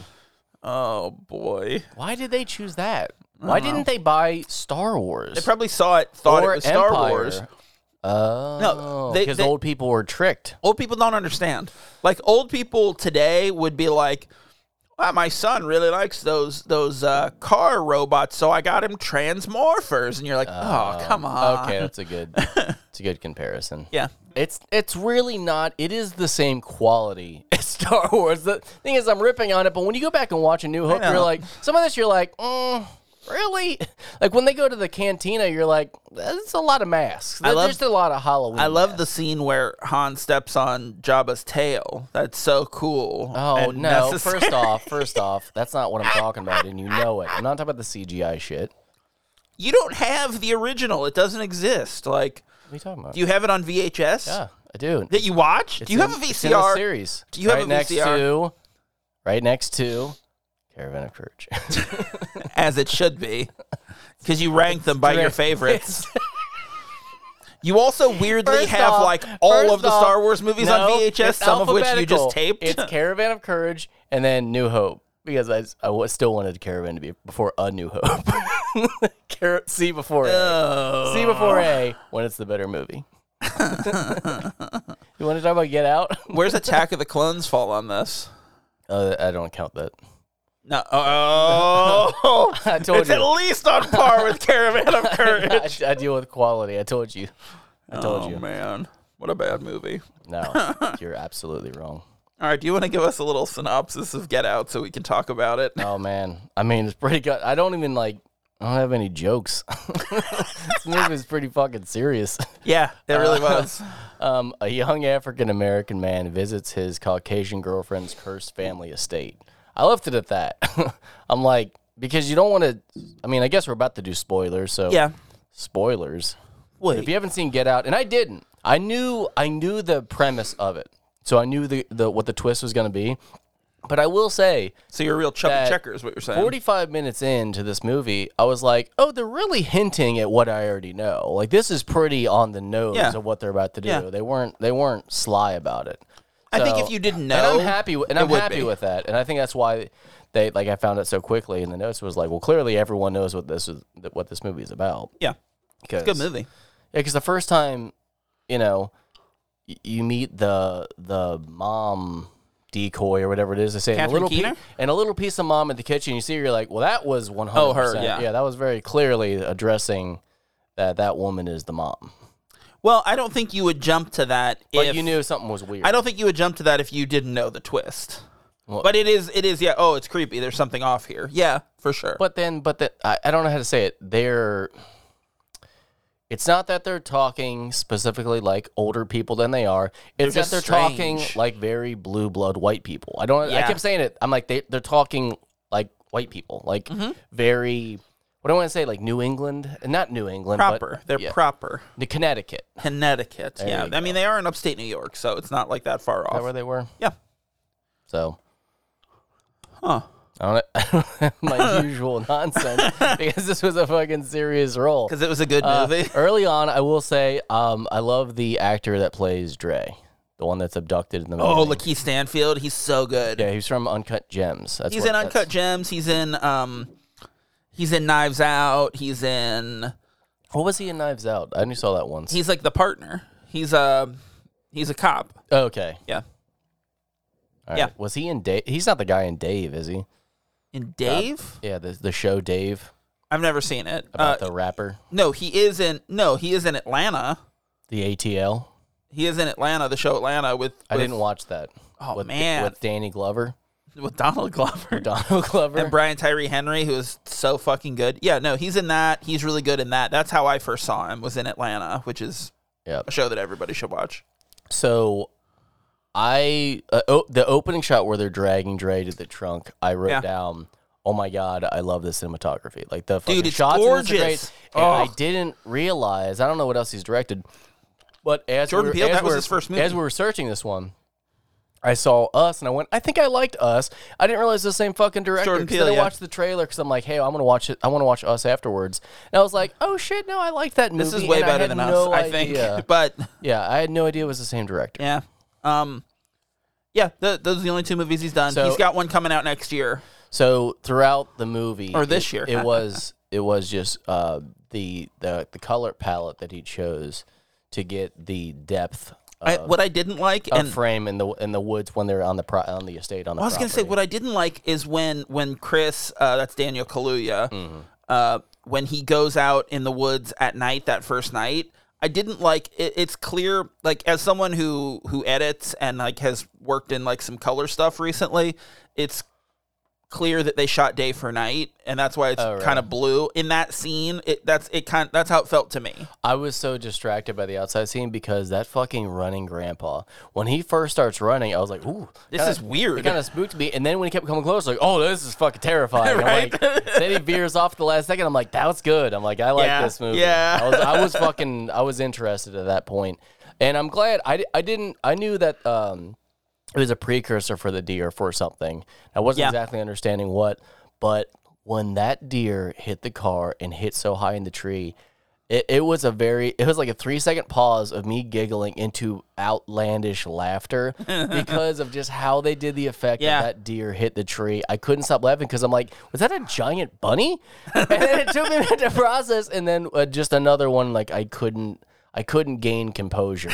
[SPEAKER 1] Oh boy.
[SPEAKER 2] Why did they choose that? Why didn't they buy Star Wars
[SPEAKER 1] Probably saw it, thought
[SPEAKER 2] or
[SPEAKER 1] it was Star
[SPEAKER 2] Empire?
[SPEAKER 1] Wars.
[SPEAKER 2] Oh,
[SPEAKER 1] No, they-
[SPEAKER 2] because
[SPEAKER 1] they-
[SPEAKER 2] old people were tricked.
[SPEAKER 1] old people don't understand. Like old people today would be like, "Wow, my son really likes those those uh, car robots, so I got him Transmorphers." And you're like, "Oh, come on."
[SPEAKER 2] Okay, that's a good. It's a good comparison.
[SPEAKER 1] Yeah.
[SPEAKER 2] It's it's really not. It is the same quality as Star Wars. The thing is, I'm ripping on it, but when you go back and watch a New Hope,
[SPEAKER 1] know.
[SPEAKER 2] you're like, some of this, you're like, mm, really? Like when they go to the cantina, you're like, that's a lot of masks. I
[SPEAKER 1] love-
[SPEAKER 2] There's a lot of Halloween.
[SPEAKER 1] I love the scene where Han steps on Jabba's tail. That's so cool.
[SPEAKER 2] Oh
[SPEAKER 1] and
[SPEAKER 2] no!
[SPEAKER 1] necessary.
[SPEAKER 2] First off, first off, that's not what I'm talking about, and you know it. I'm not talking about the CGI shit.
[SPEAKER 1] you don't have the original. It doesn't exist. Like,
[SPEAKER 2] What are you talking about?
[SPEAKER 1] do you have it on VHS?
[SPEAKER 2] yeah, I do.
[SPEAKER 1] That you watch? do you
[SPEAKER 2] It's
[SPEAKER 1] have a
[SPEAKER 2] in- it's in the
[SPEAKER 1] VCR?
[SPEAKER 2] series?
[SPEAKER 1] Do you have
[SPEAKER 2] right
[SPEAKER 1] a
[SPEAKER 2] next
[SPEAKER 1] VCR?
[SPEAKER 2] to? Right next to Caravan of Courage.
[SPEAKER 1] As it should be, because you rank them by your
[SPEAKER 2] direct-
[SPEAKER 1] favorites. You also weirdly
[SPEAKER 2] First
[SPEAKER 1] have
[SPEAKER 2] off-
[SPEAKER 1] like all
[SPEAKER 2] first
[SPEAKER 1] of the
[SPEAKER 2] off,
[SPEAKER 1] Star Wars movies on
[SPEAKER 2] no,
[SPEAKER 1] VHS,
[SPEAKER 2] it's
[SPEAKER 1] some of which you
[SPEAKER 2] alphabetical.
[SPEAKER 1] just taped.
[SPEAKER 2] It's Caravan of Courage and then New Hope because I, I wa- still wanted Caravan to be before a New Hope. Car- C before A. C before A when it's the better movie. you want to talk about Get Out?
[SPEAKER 1] Where's Attack of the Clones fall on this?
[SPEAKER 2] Uh, I don't count that.
[SPEAKER 1] No. Oh,
[SPEAKER 2] I told
[SPEAKER 1] it's
[SPEAKER 2] you.
[SPEAKER 1] at least on par with Caravan of
[SPEAKER 2] I,
[SPEAKER 1] Courage.
[SPEAKER 2] I deal with quality. I told you. I told
[SPEAKER 1] Oh
[SPEAKER 2] you.
[SPEAKER 1] man, what a bad movie.
[SPEAKER 2] No, you're absolutely wrong.
[SPEAKER 1] All right, do you want to give us a little synopsis of Get Out so we can talk about it?
[SPEAKER 2] Oh man, I mean it's pretty good. I don't even like. I don't have any jokes. this movie is pretty fucking serious.
[SPEAKER 1] Yeah, Uh, it really was.
[SPEAKER 2] Um, a young African American man visits his Caucasian girlfriend's cursed family estate. I left it at that. I'm like, because you don't want to. I mean, I guess we're about to do spoilers, so
[SPEAKER 1] Yeah.
[SPEAKER 2] spoilers.
[SPEAKER 1] Wait.
[SPEAKER 2] If you haven't seen Get Out, and I didn't, I knew I knew the premise of it, so I knew the, the what the twist was going to be. But I will say,
[SPEAKER 1] So you're a real chubby
[SPEAKER 2] that
[SPEAKER 1] checker, is what you're saying.
[SPEAKER 2] 45 minutes into this movie, I was like, oh, they're really hinting at what I already know. Like this is pretty on the nose
[SPEAKER 1] Yeah.
[SPEAKER 2] of what they're about to do.
[SPEAKER 1] Yeah.
[SPEAKER 2] They weren't they weren't sly about it.
[SPEAKER 1] I think if
[SPEAKER 2] So-
[SPEAKER 1] you didn't
[SPEAKER 2] and
[SPEAKER 1] know,
[SPEAKER 2] I'm happy with, and
[SPEAKER 1] it
[SPEAKER 2] I'm
[SPEAKER 1] would
[SPEAKER 2] happy
[SPEAKER 1] be.
[SPEAKER 2] with that. And I think that's why they like I found it so quickly in the notes was like, well, clearly everyone knows what this is what this movie is about.
[SPEAKER 1] yeah,
[SPEAKER 2] Cause,
[SPEAKER 1] good movie.
[SPEAKER 2] because the first time, you know, y- you meet the the mom decoy or whatever it is they say and a
[SPEAKER 1] Catherine
[SPEAKER 2] little
[SPEAKER 1] Keener?
[SPEAKER 2] and a little piece of mom in the kitchen you see her, you're like well that was 100%
[SPEAKER 1] Oh, her, yeah.
[SPEAKER 2] yeah that was very clearly addressing that that woman is the mom
[SPEAKER 1] Well, I don't think you would jump to that
[SPEAKER 2] but
[SPEAKER 1] if
[SPEAKER 2] you knew something was weird
[SPEAKER 1] I don't think you would jump to that if you didn't know the twist.
[SPEAKER 2] Well-
[SPEAKER 1] but it is, it is, yeah. Oh, it's creepy. There's something off here. Yeah, for sure.
[SPEAKER 2] But then, but that I, I don't know how to say it. They're. It's not that they're talking specifically like older people than they are. It's
[SPEAKER 1] They're
[SPEAKER 2] that
[SPEAKER 1] just
[SPEAKER 2] they're talking
[SPEAKER 1] strange.
[SPEAKER 2] like very blue blood white people. I don't. I
[SPEAKER 1] Yeah.
[SPEAKER 2] kept saying it. I'm like they they're talking like white people, like
[SPEAKER 1] Mm-hmm.
[SPEAKER 2] very. What do I want to say? Like New England, not New England, but
[SPEAKER 1] proper. They're
[SPEAKER 2] yeah,
[SPEAKER 1] proper.
[SPEAKER 2] New Connecticut. Is
[SPEAKER 1] Connecticut. yeah.
[SPEAKER 2] you
[SPEAKER 1] I mean, they are in upstate New York, so it's not like that far
[SPEAKER 2] that
[SPEAKER 1] off.
[SPEAKER 2] where they were?
[SPEAKER 1] yeah.
[SPEAKER 2] So
[SPEAKER 1] Huh.
[SPEAKER 2] I don't know, my usual nonsense because this was a fucking serious role.
[SPEAKER 1] Because it was a good
[SPEAKER 2] Uh,
[SPEAKER 1] movie.
[SPEAKER 2] early on, I will say, um, I love the actor that plays Dre, the one that's abducted in the
[SPEAKER 1] Oh,
[SPEAKER 2] beginning.
[SPEAKER 1] Lakeith Stanfield. He's so good.
[SPEAKER 2] yeah, he's from Uncut Gems. That's
[SPEAKER 1] he's
[SPEAKER 2] what-
[SPEAKER 1] in
[SPEAKER 2] that's-
[SPEAKER 1] Uncut Gems. He's in, um, he's in Knives Out. He's in,
[SPEAKER 2] What was he in Knives Out? I only saw that once.
[SPEAKER 1] he's like the partner. He's a, he's a cop.
[SPEAKER 2] Oh, okay,
[SPEAKER 1] Yeah.
[SPEAKER 2] all right.
[SPEAKER 1] Yeah.
[SPEAKER 2] Was he in Dave? He's not the guy in Dave, is he?
[SPEAKER 1] And Dave?
[SPEAKER 2] Yeah, the the show Dave
[SPEAKER 1] I've never seen it. Uh,
[SPEAKER 2] about the rapper,
[SPEAKER 1] no, he is in, no, he is in Atlanta.
[SPEAKER 2] the ATL.
[SPEAKER 1] He is in Atlanta, the show Atlanta with,
[SPEAKER 2] I
[SPEAKER 1] with-
[SPEAKER 2] didn't watch that.
[SPEAKER 1] Oh,
[SPEAKER 2] with,
[SPEAKER 1] man.
[SPEAKER 2] with Danny Glover,
[SPEAKER 1] with Donald Glover.
[SPEAKER 2] Donald Glover.
[SPEAKER 1] and Brian Tyree Henry, who is so fucking good. Yeah, no, he's in that. He's really good in that. That's how I first saw him. Was in Atlanta, which is
[SPEAKER 2] yeah.
[SPEAKER 1] a show that everybody should watch.
[SPEAKER 2] So I uh, o- the opening shot where they're dragging Dre to the trunk, I wrote
[SPEAKER 1] Yeah.
[SPEAKER 2] down, "Oh my god, I love the cinematography." Like the fucking
[SPEAKER 1] it's
[SPEAKER 2] shots in this are
[SPEAKER 1] gorgeous.
[SPEAKER 2] great. And I
[SPEAKER 1] Ugh.
[SPEAKER 2] didn't realize, I don't know what else he's directed, but as
[SPEAKER 1] Jordan
[SPEAKER 2] we were,
[SPEAKER 1] Peele,
[SPEAKER 2] as
[SPEAKER 1] that was
[SPEAKER 2] we were-
[SPEAKER 1] his first movie.
[SPEAKER 2] As we were searching this one, I saw Us and I went, I think I liked Us. I didn't realize it was the same fucking director.
[SPEAKER 1] Jordan
[SPEAKER 2] 'cause then
[SPEAKER 1] Peele,
[SPEAKER 2] I
[SPEAKER 1] yeah.
[SPEAKER 2] watched the trailer because I'm like, hey, I'm gonna watch it. I want to watch Us afterwards. And I was like, oh shit, no, I liked that movie.
[SPEAKER 1] This is way
[SPEAKER 2] and I
[SPEAKER 1] better
[SPEAKER 2] had
[SPEAKER 1] than
[SPEAKER 2] no
[SPEAKER 1] us, I think.
[SPEAKER 2] idea.
[SPEAKER 1] But
[SPEAKER 2] yeah, I had no idea it was the same director.
[SPEAKER 1] yeah, um, yeah, th those are the only two movies he's done.
[SPEAKER 2] So-
[SPEAKER 1] he's got one coming out next year.
[SPEAKER 2] So throughout the movie,
[SPEAKER 1] Or this
[SPEAKER 2] it-
[SPEAKER 1] year.
[SPEAKER 2] it was it was just uh, the the the color palette that he chose to get the depth of,
[SPEAKER 1] I, what I didn't like,
[SPEAKER 2] of
[SPEAKER 1] and
[SPEAKER 2] frame in the in the woods when they're on the pro, on the estate on the.
[SPEAKER 1] I was gonna say, what I didn't like is when when Chris, uh, that's Daniel Kaluuya,
[SPEAKER 2] Mm-hmm.
[SPEAKER 1] uh, when he goes out in the woods at night that first night. I didn't like it, it's clear like as someone who who edits and like has worked in like some color stuff recently, it's clear that they shot day for night and that's why it's
[SPEAKER 2] Oh, really?
[SPEAKER 1] kind of blue in that scene. It that's it kind that's how it felt to me.
[SPEAKER 2] I was so distracted by the outside scene because that fucking running grandpa when he first starts running, I was like, ooh,
[SPEAKER 1] This is weird.
[SPEAKER 2] It kind of spooked me, and then when he kept coming close, like, oh, this is fucking terrifying. I'm like, then he veers off at the last second. I'm like, that was good. I'm like, I like
[SPEAKER 1] Yeah.
[SPEAKER 2] this movie.
[SPEAKER 1] Yeah.
[SPEAKER 2] I was, I was fucking, I was interested at that point, and I'm glad I, di- I didn't, I knew that um, it was a precursor for the deer for something. I wasn't
[SPEAKER 1] Yeah.
[SPEAKER 2] exactly understanding what, but when that deer hit the car and hit so high in the tree. It, it was a very it was like a three second pause of me giggling into outlandish laughter because of just how they did the effect
[SPEAKER 1] Yeah.
[SPEAKER 2] of that deer hit the tree. I couldn't stop laughing because I'm like, was that a giant bunny? And then it took me a minute to process, and then uh, just another one. Like I couldn't, I couldn't gain composure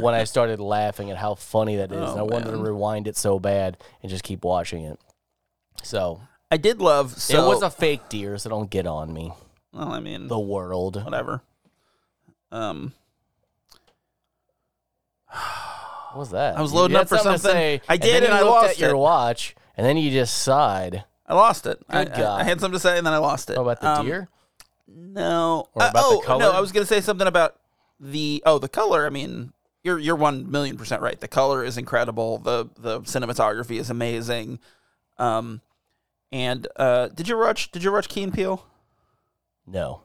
[SPEAKER 2] when I started laughing at how funny that is.
[SPEAKER 1] Oh,
[SPEAKER 2] and I wanted to rewind it so bad and just keep watching it. So,
[SPEAKER 1] I did love so
[SPEAKER 2] it was a fake deer, so don't get on me.
[SPEAKER 1] well, I mean
[SPEAKER 2] The world.
[SPEAKER 1] whatever. Um
[SPEAKER 2] What was that?
[SPEAKER 1] I was
[SPEAKER 2] You-
[SPEAKER 1] loading
[SPEAKER 2] you
[SPEAKER 1] up
[SPEAKER 2] had
[SPEAKER 1] for
[SPEAKER 2] to
[SPEAKER 1] something.
[SPEAKER 2] say,
[SPEAKER 1] I did,
[SPEAKER 2] then
[SPEAKER 1] and
[SPEAKER 2] you
[SPEAKER 1] I
[SPEAKER 2] looked
[SPEAKER 1] lost
[SPEAKER 2] at your
[SPEAKER 1] it.
[SPEAKER 2] watch, and then you just sighed.
[SPEAKER 1] I lost it. I,
[SPEAKER 2] Good
[SPEAKER 1] I-
[SPEAKER 2] God.
[SPEAKER 1] I had something to say and then I lost it.
[SPEAKER 2] Oh, about the
[SPEAKER 1] Um,
[SPEAKER 2] deer.
[SPEAKER 1] No.
[SPEAKER 2] Or
[SPEAKER 1] Uh,
[SPEAKER 2] about the
[SPEAKER 1] oh no,
[SPEAKER 2] color?
[SPEAKER 1] I was gonna say something about the oh the color. I mean, you're you're one million percent right. The color is incredible. The the cinematography is amazing. Um, and uh, did you watch did you watch Keen Peel?
[SPEAKER 2] No,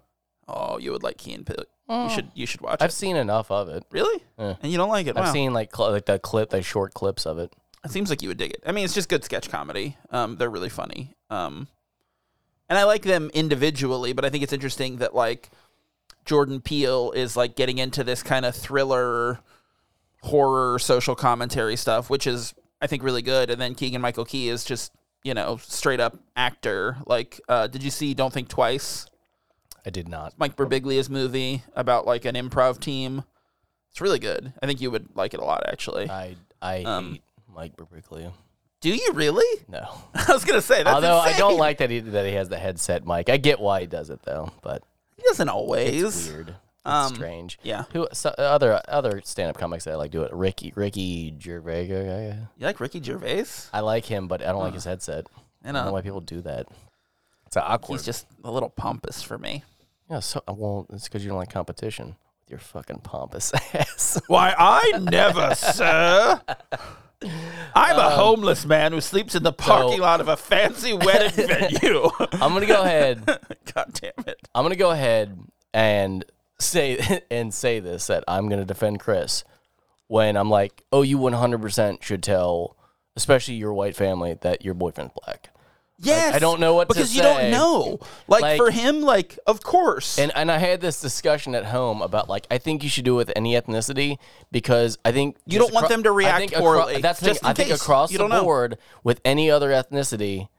[SPEAKER 1] Oh, you would like Keen Peel. You should you should watch
[SPEAKER 2] Mm. I've
[SPEAKER 1] it.
[SPEAKER 2] seen enough of it.
[SPEAKER 1] Really?
[SPEAKER 2] Yeah.
[SPEAKER 1] And you don't like it?
[SPEAKER 2] I've
[SPEAKER 1] wow.
[SPEAKER 2] seen like cl- like the clip, the short clips of it.
[SPEAKER 1] It seems like you would dig it. I mean, it's just good sketch comedy. Um, they're really funny. Um, and I like them individually, but I think it's interesting that like Jordan Peele is like getting into this kind of thriller, horror, social commentary stuff, which is I think really good. And then Keegan Michael Key is just you know straight up actor. Like, uh, did you see Don't Think Twice?
[SPEAKER 2] I did not.
[SPEAKER 1] Mike Birbiglia's movie about like an improv team. It's really good. I think you would like it a lot, actually.
[SPEAKER 2] I I
[SPEAKER 1] um,
[SPEAKER 2] hate Mike Birbiglia.
[SPEAKER 1] Do you really?
[SPEAKER 2] No,
[SPEAKER 1] I was gonna say that's
[SPEAKER 2] although I don't
[SPEAKER 1] insane.
[SPEAKER 2] like that he that he has the headset mic. I get why he does it though, but
[SPEAKER 1] He doesn't always.
[SPEAKER 2] weird. It's
[SPEAKER 1] Um,
[SPEAKER 2] strange.
[SPEAKER 1] yeah.
[SPEAKER 2] Who so, uh, other other stand up comics that I like do it? Ricky Ricky Gervais.
[SPEAKER 1] You like Ricky Gervais?
[SPEAKER 2] I like him, but I don't like his headset.
[SPEAKER 1] Uh, You
[SPEAKER 2] I don't know
[SPEAKER 1] know,
[SPEAKER 2] why people do that. It's awkward.
[SPEAKER 1] he's just a little pompous for me.
[SPEAKER 2] yeah. So well, it's because you don't like competition. with Your fucking pompous ass.
[SPEAKER 1] Why, I never, sir. I'm a homeless man who sleeps in the parking lot of a fancy wedding venue.
[SPEAKER 2] I'm gonna go ahead.
[SPEAKER 1] God damn it.
[SPEAKER 2] I'm gonna go ahead and say and say this that I'm gonna defend Chris when I'm like, oh, you 100% should tell, especially your white family, that your boyfriend's black.
[SPEAKER 1] Yes.
[SPEAKER 2] I don't know what to
[SPEAKER 1] because you don't
[SPEAKER 2] say.
[SPEAKER 1] know. Like,
[SPEAKER 2] Like-
[SPEAKER 1] for him, like of course.
[SPEAKER 2] And and I had this discussion at home about like I think you should do it with any ethnicity because I think
[SPEAKER 1] You
[SPEAKER 2] just
[SPEAKER 1] don't want them to
[SPEAKER 2] I
[SPEAKER 1] react
[SPEAKER 2] think acro-
[SPEAKER 1] poorly,
[SPEAKER 2] that's the thing.
[SPEAKER 1] just in
[SPEAKER 2] I think
[SPEAKER 1] case.
[SPEAKER 2] across
[SPEAKER 1] You
[SPEAKER 2] the
[SPEAKER 1] don't know.
[SPEAKER 2] board with any other ethnicity,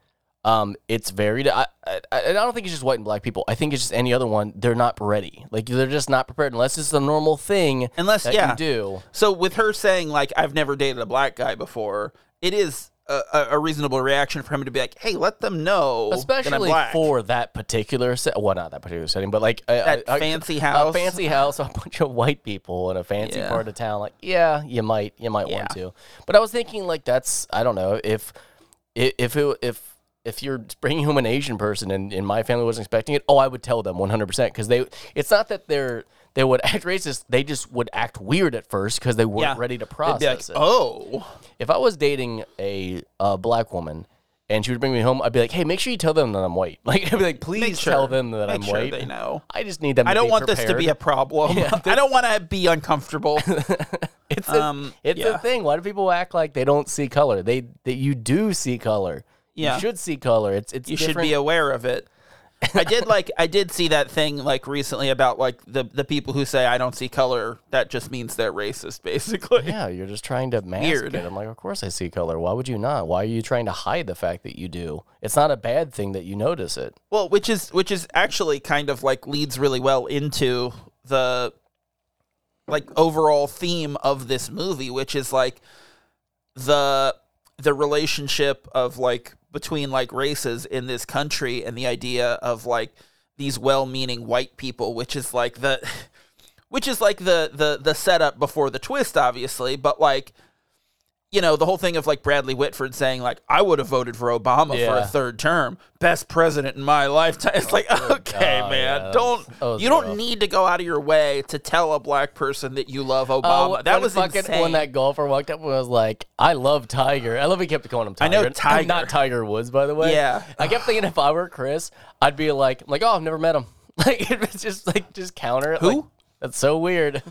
[SPEAKER 2] um, it's very. I, I I don't think it's just white and black people. I think it's just any other one. They're not ready. Like they're just not prepared unless it's a normal thing.
[SPEAKER 1] Unless-
[SPEAKER 2] that
[SPEAKER 1] yeah.
[SPEAKER 2] you do.
[SPEAKER 1] so with her saying like I've never dated a black guy before, it is a, a, a reasonable reaction for him to be like, hey, let them know that I'm
[SPEAKER 2] especially
[SPEAKER 1] black.
[SPEAKER 2] for that particular set. Well, not that particular setting, but like a,
[SPEAKER 1] That
[SPEAKER 2] a- a-
[SPEAKER 1] fancy
[SPEAKER 2] a
[SPEAKER 1] house.
[SPEAKER 2] fancy house, a bunch of white people in a fancy
[SPEAKER 1] Yeah.
[SPEAKER 2] part of town. Like, yeah, you might, you might want
[SPEAKER 1] Yeah.
[SPEAKER 2] to. But I was thinking, like, that's I don't know if i- if it, if if you're bringing home an Asian person and, and my family wasn't expecting it, oh, I would tell them 100 percent because they. It's not that they're they would act racist. They just would act weird at first because they weren't
[SPEAKER 1] Yeah.
[SPEAKER 2] ready to
[SPEAKER 1] They'd
[SPEAKER 2] process
[SPEAKER 1] be like,
[SPEAKER 2] it
[SPEAKER 1] oh,
[SPEAKER 2] if I was dating a, uh black woman and she would bring me home, I'd be like, "Hey, make sure you tell them that I'm white." Like, I'd be like, "Please
[SPEAKER 1] Make sure-
[SPEAKER 2] tell them that
[SPEAKER 1] make
[SPEAKER 2] I'm
[SPEAKER 1] sure
[SPEAKER 2] white."
[SPEAKER 1] they know.
[SPEAKER 2] I just need them.
[SPEAKER 1] I don't want this to be a problem. I don't want to be uncomfortable.
[SPEAKER 2] It's a,
[SPEAKER 1] um,
[SPEAKER 2] it's
[SPEAKER 1] yeah.
[SPEAKER 2] a thing. Why do people act like they don't see color? They that you do see color.
[SPEAKER 1] Yeah.
[SPEAKER 2] you should see color. It's it's
[SPEAKER 1] you should
[SPEAKER 2] different.
[SPEAKER 1] be aware of it. I did like I did see that thing like recently about like the the people who say I don't see color that just means they're racist basically.
[SPEAKER 2] yeah, you're just trying to mask
[SPEAKER 1] Weird.
[SPEAKER 2] it. I'm like, of course I see color. Why would you not? Why are you trying to hide the fact that you do? It's not a bad thing that you notice it.
[SPEAKER 1] Well, which is which is actually kind of like leads really well into the like overall theme of this movie, which is like the the relationship of like between like races in this country and the idea of like these well-meaning white people, which is like the which is like the the the setup before the twist obviously, but like you know, the whole thing of like Bradley Whitford saying like I would have voted for Obama for a
[SPEAKER 2] Yeah.
[SPEAKER 1] third term, best president in my lifetime. It's like, okay,
[SPEAKER 2] Oh,
[SPEAKER 1] man,
[SPEAKER 2] God, yeah, Oh, that
[SPEAKER 1] don't
[SPEAKER 2] was- that was
[SPEAKER 1] you don't
[SPEAKER 2] rough.
[SPEAKER 1] need to go out of your way to tell a black person that you love Obama.
[SPEAKER 2] Oh,
[SPEAKER 1] that
[SPEAKER 2] when
[SPEAKER 1] was
[SPEAKER 2] fucking
[SPEAKER 1] insane.
[SPEAKER 2] when that golfer walked up and was like, "I love Tiger." I love he kept calling him Tiger.
[SPEAKER 1] know Tiger.
[SPEAKER 2] not Tiger Woods, by the way.
[SPEAKER 1] Yeah.
[SPEAKER 2] I kept thinking if I were Chris, I'd be like, "Like, oh, I've never met him." Like, it was just like just counter. it,
[SPEAKER 1] Who?
[SPEAKER 2] like, that's so weird.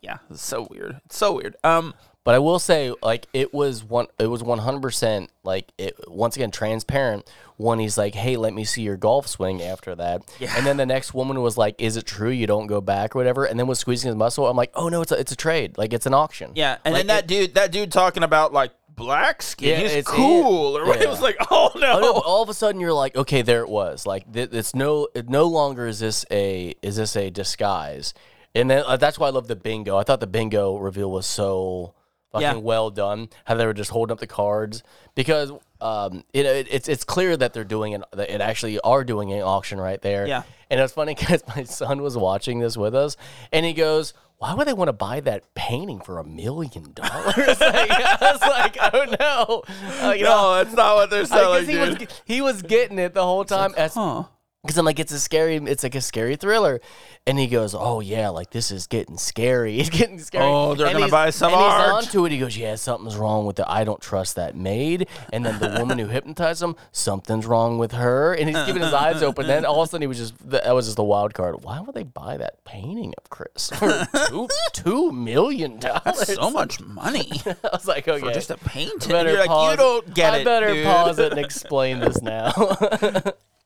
[SPEAKER 1] yeah, it's so weird. It's so weird. Um,
[SPEAKER 2] But I will say, like, it was one. It was one hundred percent like it. Once again, transparent. When he's like, "Hey, let me see your golf swing." After that, and then the next woman was like, "Is it true you don't go back or whatever?" And then was squeezing his muscle. I'm like, "Oh no, it's a, it's a trade. Like, it's an auction."
[SPEAKER 1] yeah, and
[SPEAKER 2] Like,
[SPEAKER 1] then that dude, that dude talking about like black skin,
[SPEAKER 2] Yeah,
[SPEAKER 1] he's
[SPEAKER 2] it's-
[SPEAKER 1] cool, or what?
[SPEAKER 2] yeah.
[SPEAKER 1] It was like, oh no,
[SPEAKER 2] Oh, no, but all of a sudden you're like, okay, there it was. Like th- it's no, it no longer is this a is this a disguise, and then uh, that's why I love the bingo. I thought the bingo reveal was so fucking
[SPEAKER 1] Yeah.
[SPEAKER 2] well done. How they were just holding up the cards because um, it, it, it's it's clear that they're doing an that it actually are doing an auction right there.
[SPEAKER 1] Yeah.
[SPEAKER 2] and it was funny because my son was watching this with us, and he goes. Why would they want to buy that painting for a million dollars? Like, I was like, oh no. Like,
[SPEAKER 1] no, that's not what they're
[SPEAKER 2] because
[SPEAKER 1] selling,
[SPEAKER 2] he was
[SPEAKER 1] dude.
[SPEAKER 2] ge- he was getting it the whole time. Because
[SPEAKER 1] Huh.
[SPEAKER 2] I'm like, it's a scary, it's like a scary thriller, and he goes, "Oh yeah, like this is getting scary. It's getting scary."
[SPEAKER 1] Oh, they're
[SPEAKER 2] And
[SPEAKER 1] gonna
[SPEAKER 2] he's-
[SPEAKER 1] buy some
[SPEAKER 2] and
[SPEAKER 1] art.
[SPEAKER 2] He's onto it. He goes, "Yeah, something's wrong with the. I don't trust that maid." And then the woman who hypnotized him, something's wrong with her, and he's keeping his eyes open. Then all of a sudden, he was just that was just the wild card. Why would they buy that painting of Chris for two two million dollars?
[SPEAKER 1] So much money
[SPEAKER 2] I was like, okay.
[SPEAKER 1] for just a painting.
[SPEAKER 2] better
[SPEAKER 1] You're like,
[SPEAKER 2] pause
[SPEAKER 1] you don't get
[SPEAKER 2] I
[SPEAKER 1] it.
[SPEAKER 2] better
[SPEAKER 1] dude.
[SPEAKER 2] pause it and explain this now.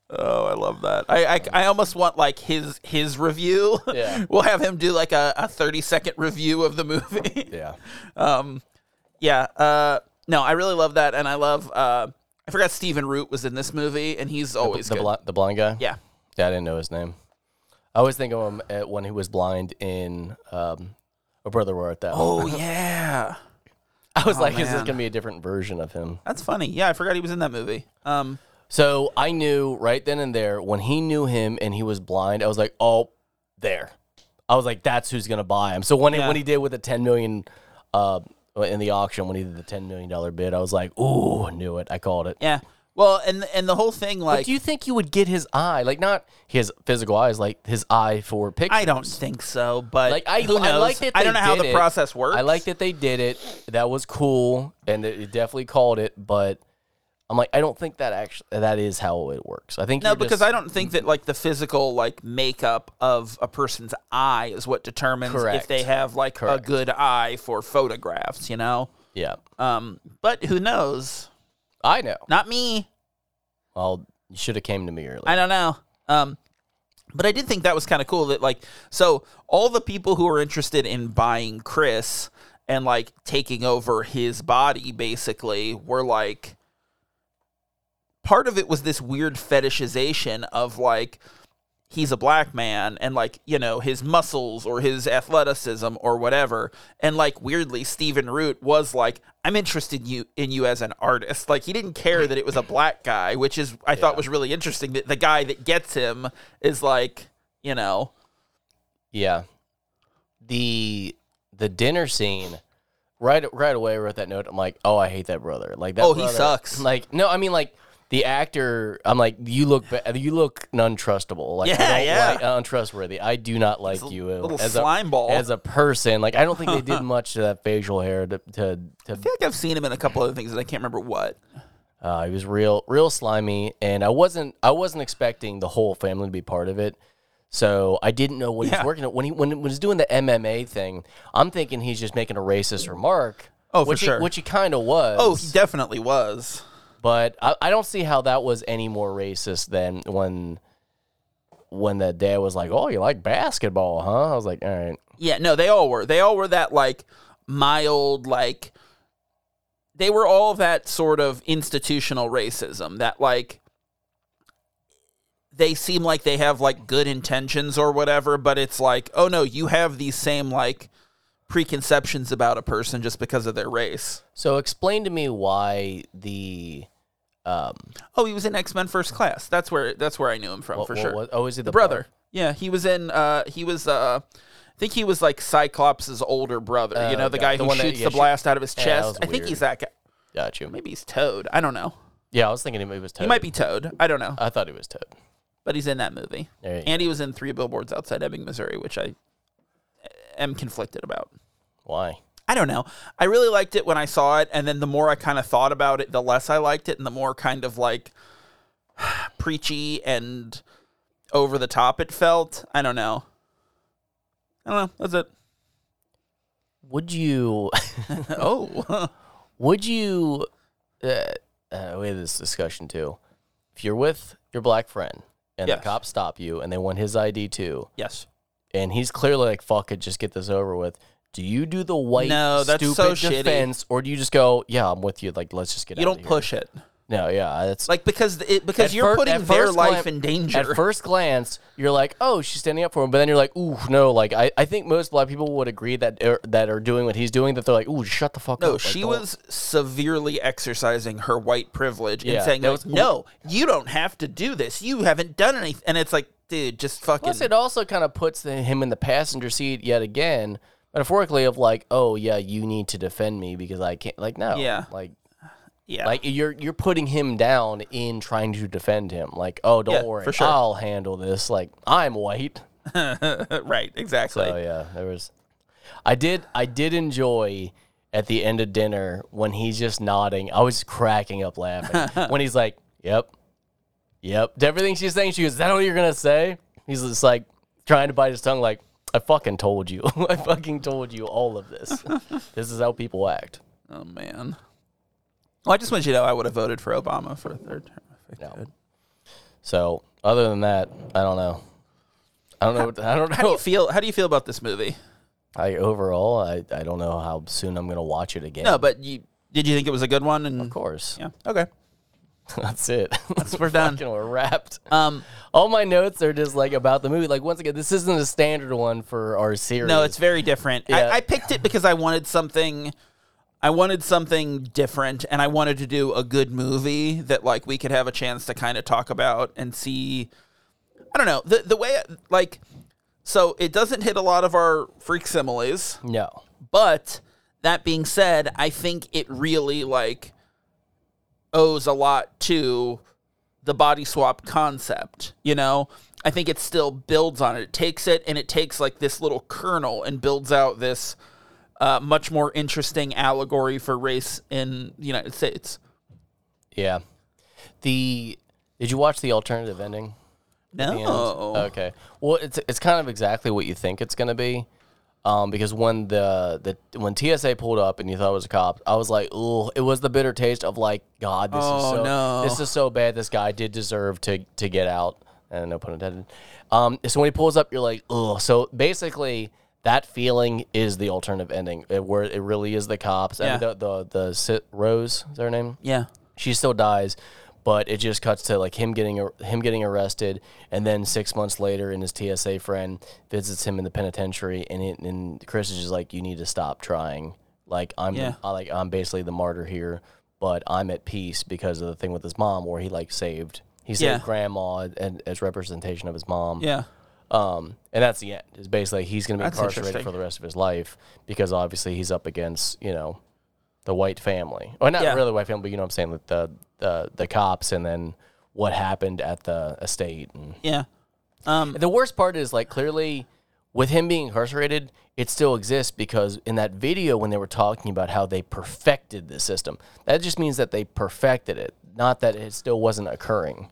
[SPEAKER 1] Oh, I love that. I, I, I almost want like his his review.
[SPEAKER 2] Yeah.
[SPEAKER 1] we'll have him do like a, a thirty second review of the movie.
[SPEAKER 2] Yeah.
[SPEAKER 1] um, yeah. Uh, no, I really love that, and I love. Uh, I forgot Stephen Root was in this movie, and he's always
[SPEAKER 2] The,
[SPEAKER 1] good.
[SPEAKER 2] bli- the blind guy?
[SPEAKER 1] yeah.
[SPEAKER 2] Yeah, I didn't know his name. I always think of him at when he was blind in um, or brother were at that. one.
[SPEAKER 1] Oh yeah,
[SPEAKER 2] I was like, is this
[SPEAKER 1] man.
[SPEAKER 2] gonna be a different version of him?
[SPEAKER 1] that's funny. Yeah, I forgot he was in that movie. Um,
[SPEAKER 2] So I knew right then and there when he knew him and he was blind. I was like, oh, there. I was like, that's who's gonna buy him. So when he,
[SPEAKER 1] Yeah.
[SPEAKER 2] when he did with the ten million, uh, in the auction when he did the ten million dollar bid, I was like, ooh, I knew it. I called it.
[SPEAKER 1] yeah. Well, and and the whole thing like
[SPEAKER 2] Do you think you would get his eye, like not his physical eyes, like his eye for pictures?
[SPEAKER 1] I don't think so, but
[SPEAKER 2] Like I,
[SPEAKER 1] who knows?
[SPEAKER 2] I like that.
[SPEAKER 1] I
[SPEAKER 2] they
[SPEAKER 1] don't know how
[SPEAKER 2] did
[SPEAKER 1] the
[SPEAKER 2] it.
[SPEAKER 1] process works.
[SPEAKER 2] I like that they did it. That was cool, and it, it definitely called it. But I'm like, I don't think that actually that is how it works. I think
[SPEAKER 1] No, because I don't think that like the physical like makeup of a person's eye is what determines if
[SPEAKER 2] Correct.
[SPEAKER 1] they have like a
[SPEAKER 2] Correct.
[SPEAKER 1] good eye for photographs, you know.
[SPEAKER 2] yeah,
[SPEAKER 1] Um, but who knows?
[SPEAKER 2] I know.
[SPEAKER 1] Not me.
[SPEAKER 2] Well, you should have came to me earlier.
[SPEAKER 1] I don't know. Um, but I did think that was kind of cool that like so all the people who are interested in buying Chris and like taking over his body basically were like part of it was this weird fetishization of like he's a black man and like you know his muscles or his athleticism or whatever and like weirdly Stephen Root was like I'm interested you in you as an artist like he didn't care that it was a black guy which is I thought was really interesting that the guy that gets him is like you know
[SPEAKER 2] yeah, the the dinner scene. Right, right away, I wrote that note. I'm like, oh, I hate that brother. Like that.
[SPEAKER 1] Oh, he
[SPEAKER 2] brother-
[SPEAKER 1] sucks.
[SPEAKER 2] Like, no, I mean, like the actor. I'm like, you look, ba- you look untrustable. Like, I
[SPEAKER 1] Yeah,
[SPEAKER 2] don't
[SPEAKER 1] yeah.
[SPEAKER 2] like- uh, untrustworthy. I do not like you.
[SPEAKER 1] little
[SPEAKER 2] as
[SPEAKER 1] slime
[SPEAKER 2] a,
[SPEAKER 1] ball.
[SPEAKER 2] as a person. Like, I don't think they did much to that facial hair. To, to, to
[SPEAKER 1] I think I've seen him in a couple other things and I can't remember what
[SPEAKER 2] uh, he was real, real slimy, and I wasn't, I wasn't expecting the whole family to be part of it. So I didn't know what he
[SPEAKER 1] Yeah.
[SPEAKER 2] was working on when he when he was doing the MMA thing. I'm thinking he's just making a racist remark.
[SPEAKER 1] Oh, for
[SPEAKER 2] which
[SPEAKER 1] sure.
[SPEAKER 2] He, which he kind of was.
[SPEAKER 1] oh he definitely was
[SPEAKER 2] But I, I don't see how that was any more racist than when when the dad was like, "Oh, you like basketball, huh?" I was like, "All right,
[SPEAKER 1] Yeah, no, they all were. They all were that like mild, like they were all that sort of institutional racism that like they seem like they have like good intentions or whatever, but it's like, oh no, you have these same like preconceptions about a person just because of their race.
[SPEAKER 2] So explain to me why the um
[SPEAKER 1] Oh, he was in X Men First Class. That's where that's where I knew him from for
[SPEAKER 2] what
[SPEAKER 1] sure.
[SPEAKER 2] was- oh is it the,
[SPEAKER 1] brother. Yeah, he was in. Uh, he was. Uh, I think he was like Cyclops' older brother. you know, the
[SPEAKER 2] okay.
[SPEAKER 1] guy
[SPEAKER 2] Oh, The
[SPEAKER 1] who
[SPEAKER 2] one that-
[SPEAKER 1] shoots
[SPEAKER 2] yeah,
[SPEAKER 1] the
[SPEAKER 2] shoot-
[SPEAKER 1] blast out of his
[SPEAKER 2] Yeah, that
[SPEAKER 1] chest.
[SPEAKER 2] was
[SPEAKER 1] I think
[SPEAKER 2] weird.
[SPEAKER 1] he's that guy.
[SPEAKER 2] Got you.
[SPEAKER 1] Maybe he's Toad. I don't know.
[SPEAKER 2] Yeah, I was thinking it was Toad.
[SPEAKER 1] He might be Toad. I don't know.
[SPEAKER 2] I thought it was Toad.
[SPEAKER 1] But he's in that movie.
[SPEAKER 2] There you go.
[SPEAKER 1] And he was in Three Billboards Outside Ebbing, Missouri, which I am conflicted about.
[SPEAKER 2] Why?
[SPEAKER 1] I don't know. I really liked it when I saw it, and then the more I kind of thought about it, the less I liked it, and the more kind of like preachy and over the top it felt. I don't know. I don't know. That's it.
[SPEAKER 2] Would you
[SPEAKER 1] Oh,
[SPEAKER 2] would you uh, uh we had this discussion too. If you're with your black friend and
[SPEAKER 1] Yes.
[SPEAKER 2] the cops stop you and they want his ID too,
[SPEAKER 1] yes.
[SPEAKER 2] and he's clearly like, fuck it, just get this over with. Do you do the white
[SPEAKER 1] No, that's
[SPEAKER 2] stupid
[SPEAKER 1] so shitty.
[SPEAKER 2] defense, or do you just go, yeah, I'm with you, like let's just get
[SPEAKER 1] You
[SPEAKER 2] out
[SPEAKER 1] don't
[SPEAKER 2] of here.
[SPEAKER 1] push it,
[SPEAKER 2] No, yeah, that's
[SPEAKER 1] like because th- it, because
[SPEAKER 2] At
[SPEAKER 1] you're
[SPEAKER 2] fir-
[SPEAKER 1] putting
[SPEAKER 2] at
[SPEAKER 1] their
[SPEAKER 2] first
[SPEAKER 1] life
[SPEAKER 2] glan-
[SPEAKER 1] in danger.
[SPEAKER 2] At first glance, you're like, "Oh, she's standing up for him," but then you're like, "Ooh, no!" Like, I, I think most black people would agree that er, that are doing what he's doing that they're like, "Ooh, shut the fuck up."
[SPEAKER 1] no,
[SPEAKER 2] like,
[SPEAKER 1] she
[SPEAKER 2] don't-
[SPEAKER 1] was severely exercising her white privilege and
[SPEAKER 2] Yeah,
[SPEAKER 1] saying,
[SPEAKER 2] that
[SPEAKER 1] like,
[SPEAKER 2] was-
[SPEAKER 1] "No, you don't have to do this. You haven't done anything." And it's like, dude, just fucking.
[SPEAKER 2] Plus, it also kind of puts the, him in the passenger seat yet again, metaphorically, of like, "Oh, yeah, you need to defend me because I can't." Like, no,
[SPEAKER 1] Yeah.
[SPEAKER 2] like,
[SPEAKER 1] yeah,
[SPEAKER 2] like you're you're putting him down in trying to defend him. Like, oh, don't
[SPEAKER 1] Yeah,
[SPEAKER 2] worry,
[SPEAKER 1] for sure.
[SPEAKER 2] I'll handle this. Like, I'm white.
[SPEAKER 1] uh, right, exactly.
[SPEAKER 2] Oh yeah, there was. I did. I did enjoy at the end of dinner when he's just nodding. I was cracking up laughing when he's like, "Yep, yep." To everything she's saying, she goes, "Is that all you're gonna say?" He's just like trying to bite his tongue, like, "I fucking told you. I fucking told you all of this. this is how people act."
[SPEAKER 1] Oh man. Well, I just want you to know I would have voted for Obama for a third term. if I
[SPEAKER 2] No.
[SPEAKER 1] could.
[SPEAKER 2] So, other than that, I don't know. I don't know. what- I don't
[SPEAKER 1] How do you
[SPEAKER 2] know.
[SPEAKER 1] feel? How do you feel about this movie?
[SPEAKER 2] I overall, I, I don't know how soon I'm gonna watch it again.
[SPEAKER 1] No, but you did you think it was a good one? And
[SPEAKER 2] Of course.
[SPEAKER 1] yeah, okay.
[SPEAKER 2] That's it.
[SPEAKER 1] we're done.
[SPEAKER 2] Fucking we're wrapped.
[SPEAKER 1] Um,
[SPEAKER 2] All my notes are just like about the movie. Like once again, this isn't a standard one for our series.
[SPEAKER 1] no, it's very different.
[SPEAKER 2] Yeah.
[SPEAKER 1] I, I picked it because I wanted something. I wanted something different, and I wanted to do a good movie that like we could have a chance to kind of talk about and see. I don't know the the way like so it doesn't hit a lot of our freak similes.
[SPEAKER 2] no.
[SPEAKER 1] But that being said, I think it really like owes a lot to the body swap concept, you know? I think it still builds on it. It takes it and it takes like this little kernel and builds out this uh, much more interesting allegory for race in the United States.
[SPEAKER 2] Yeah. The did you watch the alternative ending?
[SPEAKER 1] No.
[SPEAKER 2] the end?
[SPEAKER 1] Oh.
[SPEAKER 2] Okay. Well, it's it's kind of exactly what you think it's going to be. Um, because when the, the when TSA pulled up and you thought it was a cop, I was like, "Ooh!" It was the bitter taste of like, "God, this
[SPEAKER 1] Oh,
[SPEAKER 2] is so
[SPEAKER 1] no.
[SPEAKER 2] this is so bad. This guy did deserve to to get out." And no pun intended. Um, so when he pulls up, you're like, "Ugh." So basically, that feeling is the alternative ending, it, where it really is the cops.
[SPEAKER 1] Yeah.
[SPEAKER 2] And the the, the Sit Rose, is that her name?
[SPEAKER 1] Yeah.
[SPEAKER 2] she still dies but it just cuts to like him getting ar- him getting arrested and then six months later and his tsa friend visits him in the penitentiary and it, and chris is just like you need to stop trying like i'm
[SPEAKER 1] Yeah.
[SPEAKER 2] I, like i'm basically the martyr here but i'm at peace because of the thing with his mom where he like saved he saved
[SPEAKER 1] Yeah.
[SPEAKER 2] grandma and, and as representation of his mom
[SPEAKER 1] Yeah.
[SPEAKER 2] um, and that's the end. Is basically he's going to be
[SPEAKER 1] That's
[SPEAKER 2] incarcerated
[SPEAKER 1] interesting.
[SPEAKER 2] for the rest of his life because obviously he's up against you know the white family, or not
[SPEAKER 1] Yeah.
[SPEAKER 2] really the white family, but you know what I'm saying, like the the the cops, and then what happened at the estate. And
[SPEAKER 1] Yeah. Um,
[SPEAKER 2] the worst part is like clearly with him being incarcerated, it still exists because in that video when they were talking about how they perfected the system, that just means that they perfected it, not that it still wasn't occurring.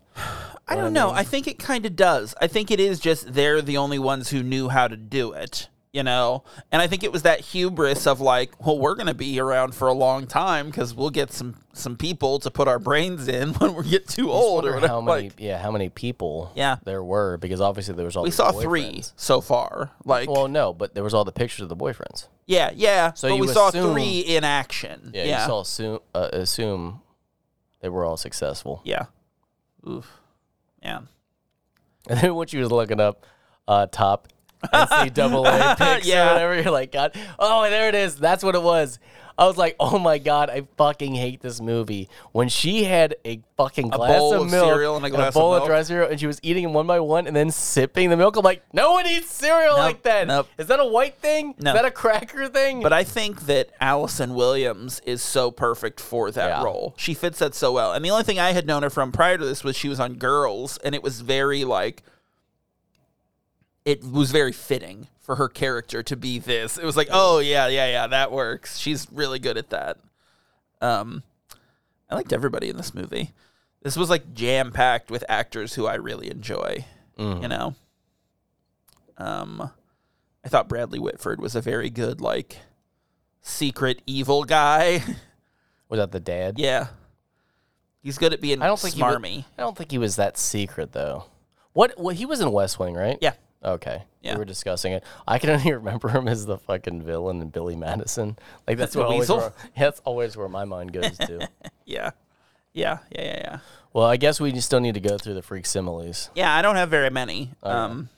[SPEAKER 1] I don't know. I think it kind of does. I think it is just they're the only ones who knew how to do it, you know? And I think it was that hubris of like, well, we're going to be around for a long time because we'll get some, some people to put our brains in when we get too old or
[SPEAKER 2] wonder
[SPEAKER 1] whatever.
[SPEAKER 2] how many
[SPEAKER 1] Like,
[SPEAKER 2] yeah how many people
[SPEAKER 1] Yeah.
[SPEAKER 2] there were because obviously there was all
[SPEAKER 1] we saw three so far. Like,
[SPEAKER 2] well no but there was all the pictures of the boyfriends
[SPEAKER 1] yeah, yeah. So but
[SPEAKER 2] you
[SPEAKER 1] we saw
[SPEAKER 2] assume-
[SPEAKER 1] three in action. Yeah.
[SPEAKER 2] yeah,
[SPEAKER 1] Yeah.
[SPEAKER 2] you saw assume, uh, assume they were all successful
[SPEAKER 1] Oof. Man.
[SPEAKER 2] and then once you was looking up uh, top NCAA picks
[SPEAKER 1] Yeah.
[SPEAKER 2] or whatever you're like God oh there it is that's what it was I was like oh my god I fucking hate this movie when she had a fucking glass
[SPEAKER 1] bowl
[SPEAKER 2] of,
[SPEAKER 1] of
[SPEAKER 2] milk
[SPEAKER 1] cereal and a glass of
[SPEAKER 2] bowl
[SPEAKER 1] milk.
[SPEAKER 2] dry cereal and she was eating them one by one and then sipping the milk I'm like no one eats cereal like that
[SPEAKER 1] nope.
[SPEAKER 2] is that a white thing
[SPEAKER 1] No.
[SPEAKER 2] is that a cracker thing
[SPEAKER 1] But I think that Allison Williams is so perfect for that
[SPEAKER 2] Yeah.
[SPEAKER 1] role. She fits that so well. And the only thing I had known her from prior to this was she was on Girls, and it was very like it was very fitting for her character to be this. It was like, oh yeah, yeah, yeah, that works. She's really good at that. Um, I liked everybody in this movie. This was like jam packed with actors who I really enjoy. You know, um, I thought Bradley Whitford was a very good like secret evil guy.
[SPEAKER 2] was that the dad
[SPEAKER 1] yeah, he's good at being
[SPEAKER 2] I don't think He
[SPEAKER 1] smarmy.
[SPEAKER 2] was, I don't think he was that secret though. What? Well, he was in West Wing, right?
[SPEAKER 1] Yeah.
[SPEAKER 2] Okay.
[SPEAKER 1] Yeah.
[SPEAKER 2] We were discussing it. I can only remember him as the fucking villain in Billy Madison. Like that's what always
[SPEAKER 1] weasel?
[SPEAKER 2] where, yeah, that's always where my mind goes to.
[SPEAKER 1] yeah, yeah, yeah, yeah, yeah.
[SPEAKER 2] well, I guess we just still need to go through the freak similes.
[SPEAKER 1] Yeah, I don't have very many. Um,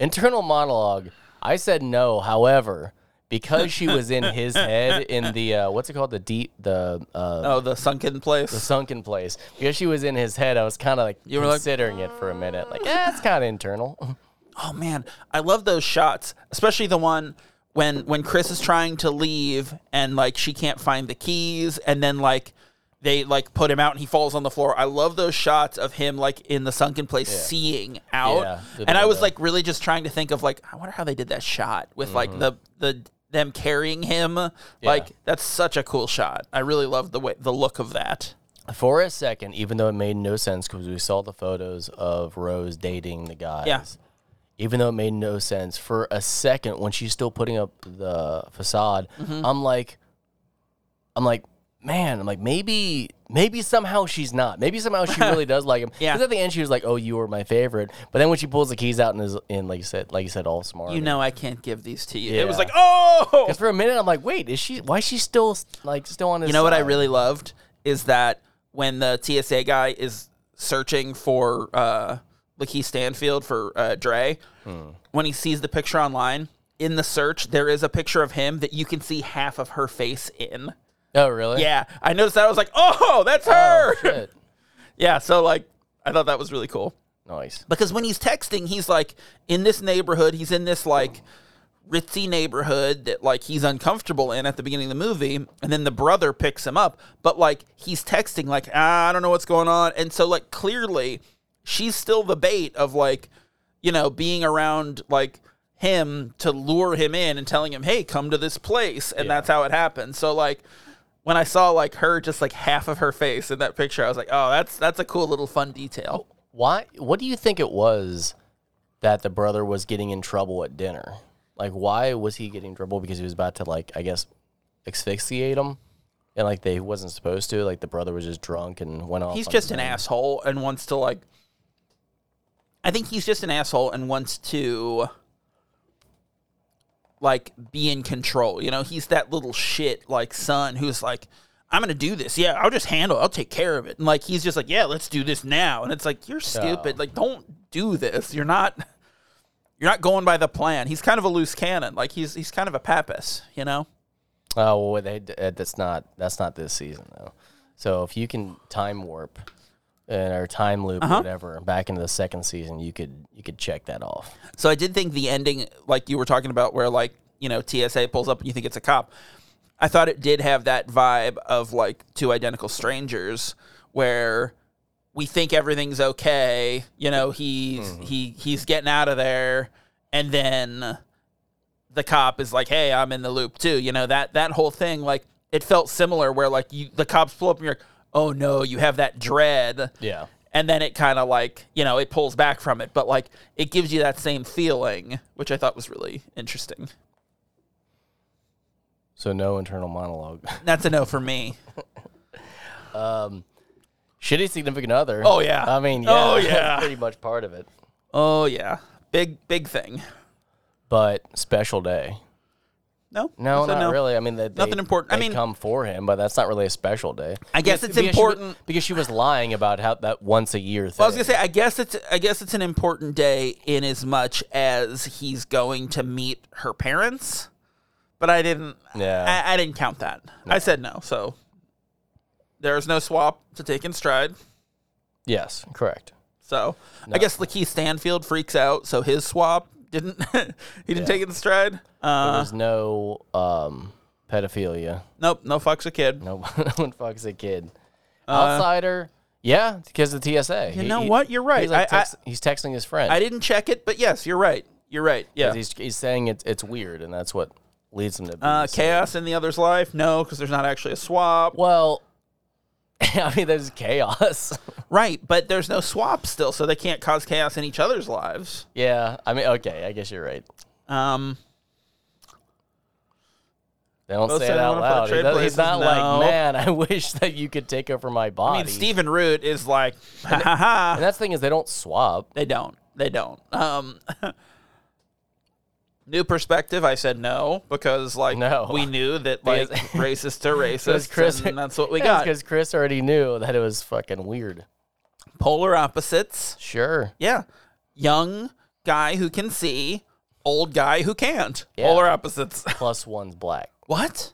[SPEAKER 2] Internal monologue. I said no. However, because she was in his head in the uh, what's it called the deep the uh,
[SPEAKER 1] oh, the sunken
[SPEAKER 2] the
[SPEAKER 1] place.
[SPEAKER 2] sunken place because she was in his head. I was kind of like
[SPEAKER 1] were like,
[SPEAKER 2] considering it for a minute. Like yeah, it's kind of internal.
[SPEAKER 1] Oh man, I love those shots, especially the one when when Chris is trying to leave and like she can't find the keys, and then like they like put him out and he falls on the floor. I love those shots of him like in the sunken place seeing out.
[SPEAKER 2] Yeah, the
[SPEAKER 1] and I was
[SPEAKER 2] dildo.
[SPEAKER 1] like really just trying to think of like I wonder how they did that shot with
[SPEAKER 2] Mm-hmm.
[SPEAKER 1] like the the them carrying him. Like that's such a cool shot. I really love the way the look of that.
[SPEAKER 2] for a second, even though it made no sense because we saw the photos of Rose dating the guys.
[SPEAKER 1] Yeah.
[SPEAKER 2] Even though it made no sense for a second, when she's still putting up the facade,
[SPEAKER 1] Mm-hmm.
[SPEAKER 2] I'm like, I'm like, man, I'm like, maybe, maybe somehow she's not. Maybe somehow she really does like him.
[SPEAKER 1] Yeah.
[SPEAKER 2] 'Cause at the end, she was like, "Oh, you were my favorite," but then when she pulls the keys out and is, and like you said, like you said, all smart.
[SPEAKER 1] You know I can't give these to you. It was
[SPEAKER 2] Yeah.
[SPEAKER 1] like oh.
[SPEAKER 2] Because for a minute, I'm like, wait, is she? Why is she still like still on his?
[SPEAKER 1] You know what I
[SPEAKER 2] side?
[SPEAKER 1] really loved is that when the TSA guy is searching for uh, Lakeith Stanfield for uh, Dre, when he sees the picture online in the search, there is a picture of him that you can see half of her face in.
[SPEAKER 2] Oh, really?
[SPEAKER 1] Yeah, I noticed that. I was like, oh, that's
[SPEAKER 2] Oh,
[SPEAKER 1] her.
[SPEAKER 2] shit.
[SPEAKER 1] yeah, so like, I thought that was really cool
[SPEAKER 2] Nice.
[SPEAKER 1] because when he's texting, he's like in this neighborhood. He's in this like ritzy neighborhood that like he's uncomfortable in at the beginning of the movie, and then the brother picks him up. But like he's texting like ah, I don't know what's going on, and so like clearly she's still the bait of like you know being around like him to lure him in and telling him hey come to this place, and that's how it happened. So like. When I saw like her, just like half of her face in that picture, I was like, "Oh, that's that's a cool little fun detail."
[SPEAKER 2] Why? What do you think it was that the brother was getting in trouble at dinner? Like, why was he getting in trouble? Because he was about to, like, I guess, asphyxiate him, and like they wasn't supposed to. Like the brother was just drunk and went off.
[SPEAKER 1] he's
[SPEAKER 2] on
[SPEAKER 1] just
[SPEAKER 2] his
[SPEAKER 1] an
[SPEAKER 2] own.
[SPEAKER 1] asshole and wants to like i think he's just an asshole and wants to like be in control you know he's that little shit like son who's like i'm gonna do this yeah i'll just handle it. i'll take care of it and like he's just like yeah let's do this now and it's like you're stupid like don't do this you're not you're not going by the plan he's kind of a loose cannon like he's he's kind of a pappas you know
[SPEAKER 2] Oh well, they, uh, that's not that's not this season though. So if you can time warp uh, or time loop
[SPEAKER 1] Uh-huh.
[SPEAKER 2] or whatever back into the second season, you could you could check that off.
[SPEAKER 1] So I did think the ending, like you were talking about, where like you know TSA pulls up and you think it's a cop. I thought it did have that vibe of like two identical strangers, where we think everything's okay. You know, he's he he's getting out of there, and then the cop is like, "Hey, I'm in the loop too." You know that that whole thing, like it felt similar, where like you the cops pull up and you're like, "Oh no," you have that dread
[SPEAKER 2] Yeah.
[SPEAKER 1] and then it kind of like you know it pulls back from it but like it gives you that same feeling which i thought was really interesting
[SPEAKER 2] So no internal monologue.
[SPEAKER 1] that's a no for me
[SPEAKER 2] Shitty significant other.
[SPEAKER 1] Oh, yeah.
[SPEAKER 2] I mean, yeah,
[SPEAKER 1] Oh,
[SPEAKER 2] that's
[SPEAKER 1] yeah.
[SPEAKER 2] pretty much part of it.
[SPEAKER 1] oh yeah big big thing
[SPEAKER 2] But special day.
[SPEAKER 1] no
[SPEAKER 2] No,
[SPEAKER 1] That's a
[SPEAKER 2] not really. I mean, that they,
[SPEAKER 1] Nothing important. I
[SPEAKER 2] they
[SPEAKER 1] mean-
[SPEAKER 2] come for him, but that's not really a special day.
[SPEAKER 1] i guess it's
[SPEAKER 2] Because she was-
[SPEAKER 1] important
[SPEAKER 2] because she was lying about how that once a year thing.
[SPEAKER 1] Well, I was gonna say, I guess it's, I guess it's an important day in as much as he's going to meet her parents, but I didn't,
[SPEAKER 2] Yeah.
[SPEAKER 1] I, I didn't count that. I said no, so there is no swap to take in stride.
[SPEAKER 2] yes, correct.
[SPEAKER 1] So I guess Lakeith Stanfield freaks out, so his swap didn't he didn't take it in stride. Uh,
[SPEAKER 2] There's no um, pedophilia.
[SPEAKER 1] nope, no fucks a kid.
[SPEAKER 2] No, one- no one fucks a kid. Outsider, yeah, because of the TSA.
[SPEAKER 1] Uh, You know what? You're right.
[SPEAKER 2] He's, like
[SPEAKER 1] I- I-
[SPEAKER 2] text- he's texting his friend.
[SPEAKER 1] I didn't check it, but yes, you're right. You're right. Yeah.
[SPEAKER 2] he's, he's saying it's it's weird, and that's what leads him to. Be
[SPEAKER 1] Uh,
[SPEAKER 2] this-
[SPEAKER 1] chaos in the other's life? No, because there's not actually a swap.
[SPEAKER 2] well, I mean, there's chaos.
[SPEAKER 1] Right, but there's no swap still, so they can't cause chaos in each other's lives.
[SPEAKER 2] yeah, I mean, okay, I guess you're right.
[SPEAKER 1] Um,
[SPEAKER 2] They don't
[SPEAKER 1] Both
[SPEAKER 2] say
[SPEAKER 1] said
[SPEAKER 2] it
[SPEAKER 1] they
[SPEAKER 2] out
[SPEAKER 1] wanna put
[SPEAKER 2] loud. He
[SPEAKER 1] trade
[SPEAKER 2] does- he's
[SPEAKER 1] places.
[SPEAKER 2] not
[SPEAKER 1] No.
[SPEAKER 2] like, man, I wish that you could take over my body.
[SPEAKER 1] I mean, Stephen Root is like, ha ha ha.
[SPEAKER 2] and that's the thing is they don't swap.
[SPEAKER 1] They don't. They don't. Um, new perspective. I said no because like
[SPEAKER 2] No.
[SPEAKER 1] we knew that like
[SPEAKER 2] Because-
[SPEAKER 1] racist to racist,
[SPEAKER 2] Chris-
[SPEAKER 1] and that's what we got.
[SPEAKER 2] because Chris already knew that it was fucking weird.
[SPEAKER 1] Polar opposites.
[SPEAKER 2] Sure.
[SPEAKER 1] Yeah. Young guy who can see, old guy who can't. Polar opposites.
[SPEAKER 2] Plus one's black.
[SPEAKER 1] what?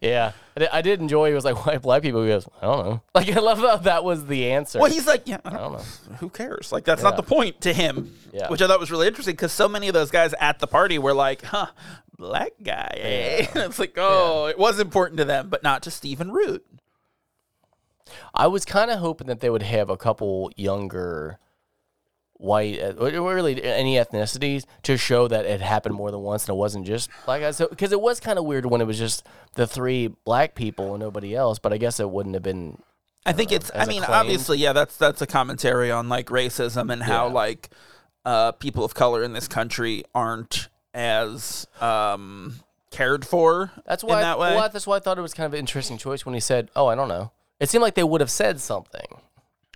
[SPEAKER 2] Yeah, I did, I did enjoy. He was like, "Why black people?" He goes, "I don't know." Like I love how that was the answer.
[SPEAKER 1] Well, he's like, yeah, I don't,
[SPEAKER 2] I don't know.
[SPEAKER 1] who cares? Like, that's not the point to him.
[SPEAKER 2] Yeah.
[SPEAKER 1] Which I thought was really interesting because so many of those guys at the party were like, huh, black guy. Eh? And it's like, oh, it was important to them, but not to Stephen Root.
[SPEAKER 2] I was kind of hoping that they would have a couple younger white, uh, or or really any ethnicities, to show that it happened more than once and it wasn't just black guys. Because it was kind of weird when it was just the three black people and nobody else. But I guess it wouldn't have been.
[SPEAKER 1] I think it's. I
[SPEAKER 2] uh, as a
[SPEAKER 1] mean,
[SPEAKER 2] claim.
[SPEAKER 1] obviously, yeah. That's that's a commentary on like racism and how like uh, people of color in this country aren't as um, cared for.
[SPEAKER 2] That's why.
[SPEAKER 1] in that way.
[SPEAKER 2] well, that's why I thought it was kind of an interesting choice when he said, "Oh, I don't know." It seemed like they would have said something.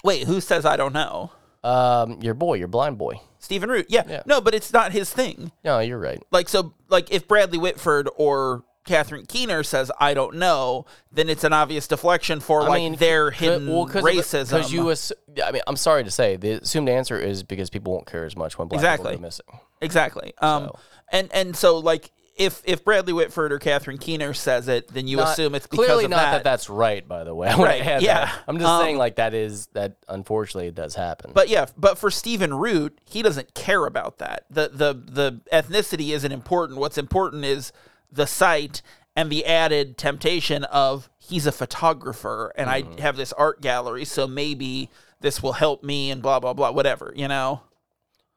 [SPEAKER 1] Wait, who says I don't know?
[SPEAKER 2] Um, your boy, your blind boy.
[SPEAKER 1] Stephen Root. Yeah. No, but it's not his thing.
[SPEAKER 2] No, you're right.
[SPEAKER 1] Like so. Like if Bradley Whitford or Catherine Keener says, I don't know, then it's an obvious deflection for like their
[SPEAKER 2] c-
[SPEAKER 1] hidden
[SPEAKER 2] well, of the-
[SPEAKER 1] racism.
[SPEAKER 2] 'cause you, assu- I mean, I'm sorry to say, the assumed answer is because people won't care as much when black
[SPEAKER 1] Exactly.
[SPEAKER 2] people go missing.
[SPEAKER 1] exactly. Um, And and so like if if Bradley Whitford or Catherine Keener says it, then you
[SPEAKER 2] Not-
[SPEAKER 1] assume it's because
[SPEAKER 2] clearly
[SPEAKER 1] of
[SPEAKER 2] not that.
[SPEAKER 1] that
[SPEAKER 2] that's right. By the way, I wanna
[SPEAKER 1] Right,
[SPEAKER 2] add
[SPEAKER 1] yeah.
[SPEAKER 2] that. I'm just
[SPEAKER 1] Um,
[SPEAKER 2] saying like that is that unfortunately it does happen.
[SPEAKER 1] But yeah, but for Stephen Root, he doesn't care about that. The the the ethnicity isn't important. What's important is the site and the added temptation of he's a photographer and
[SPEAKER 2] Mm-hmm.
[SPEAKER 1] I have this art gallery, so maybe this will help me and blah blah blah whatever, you know.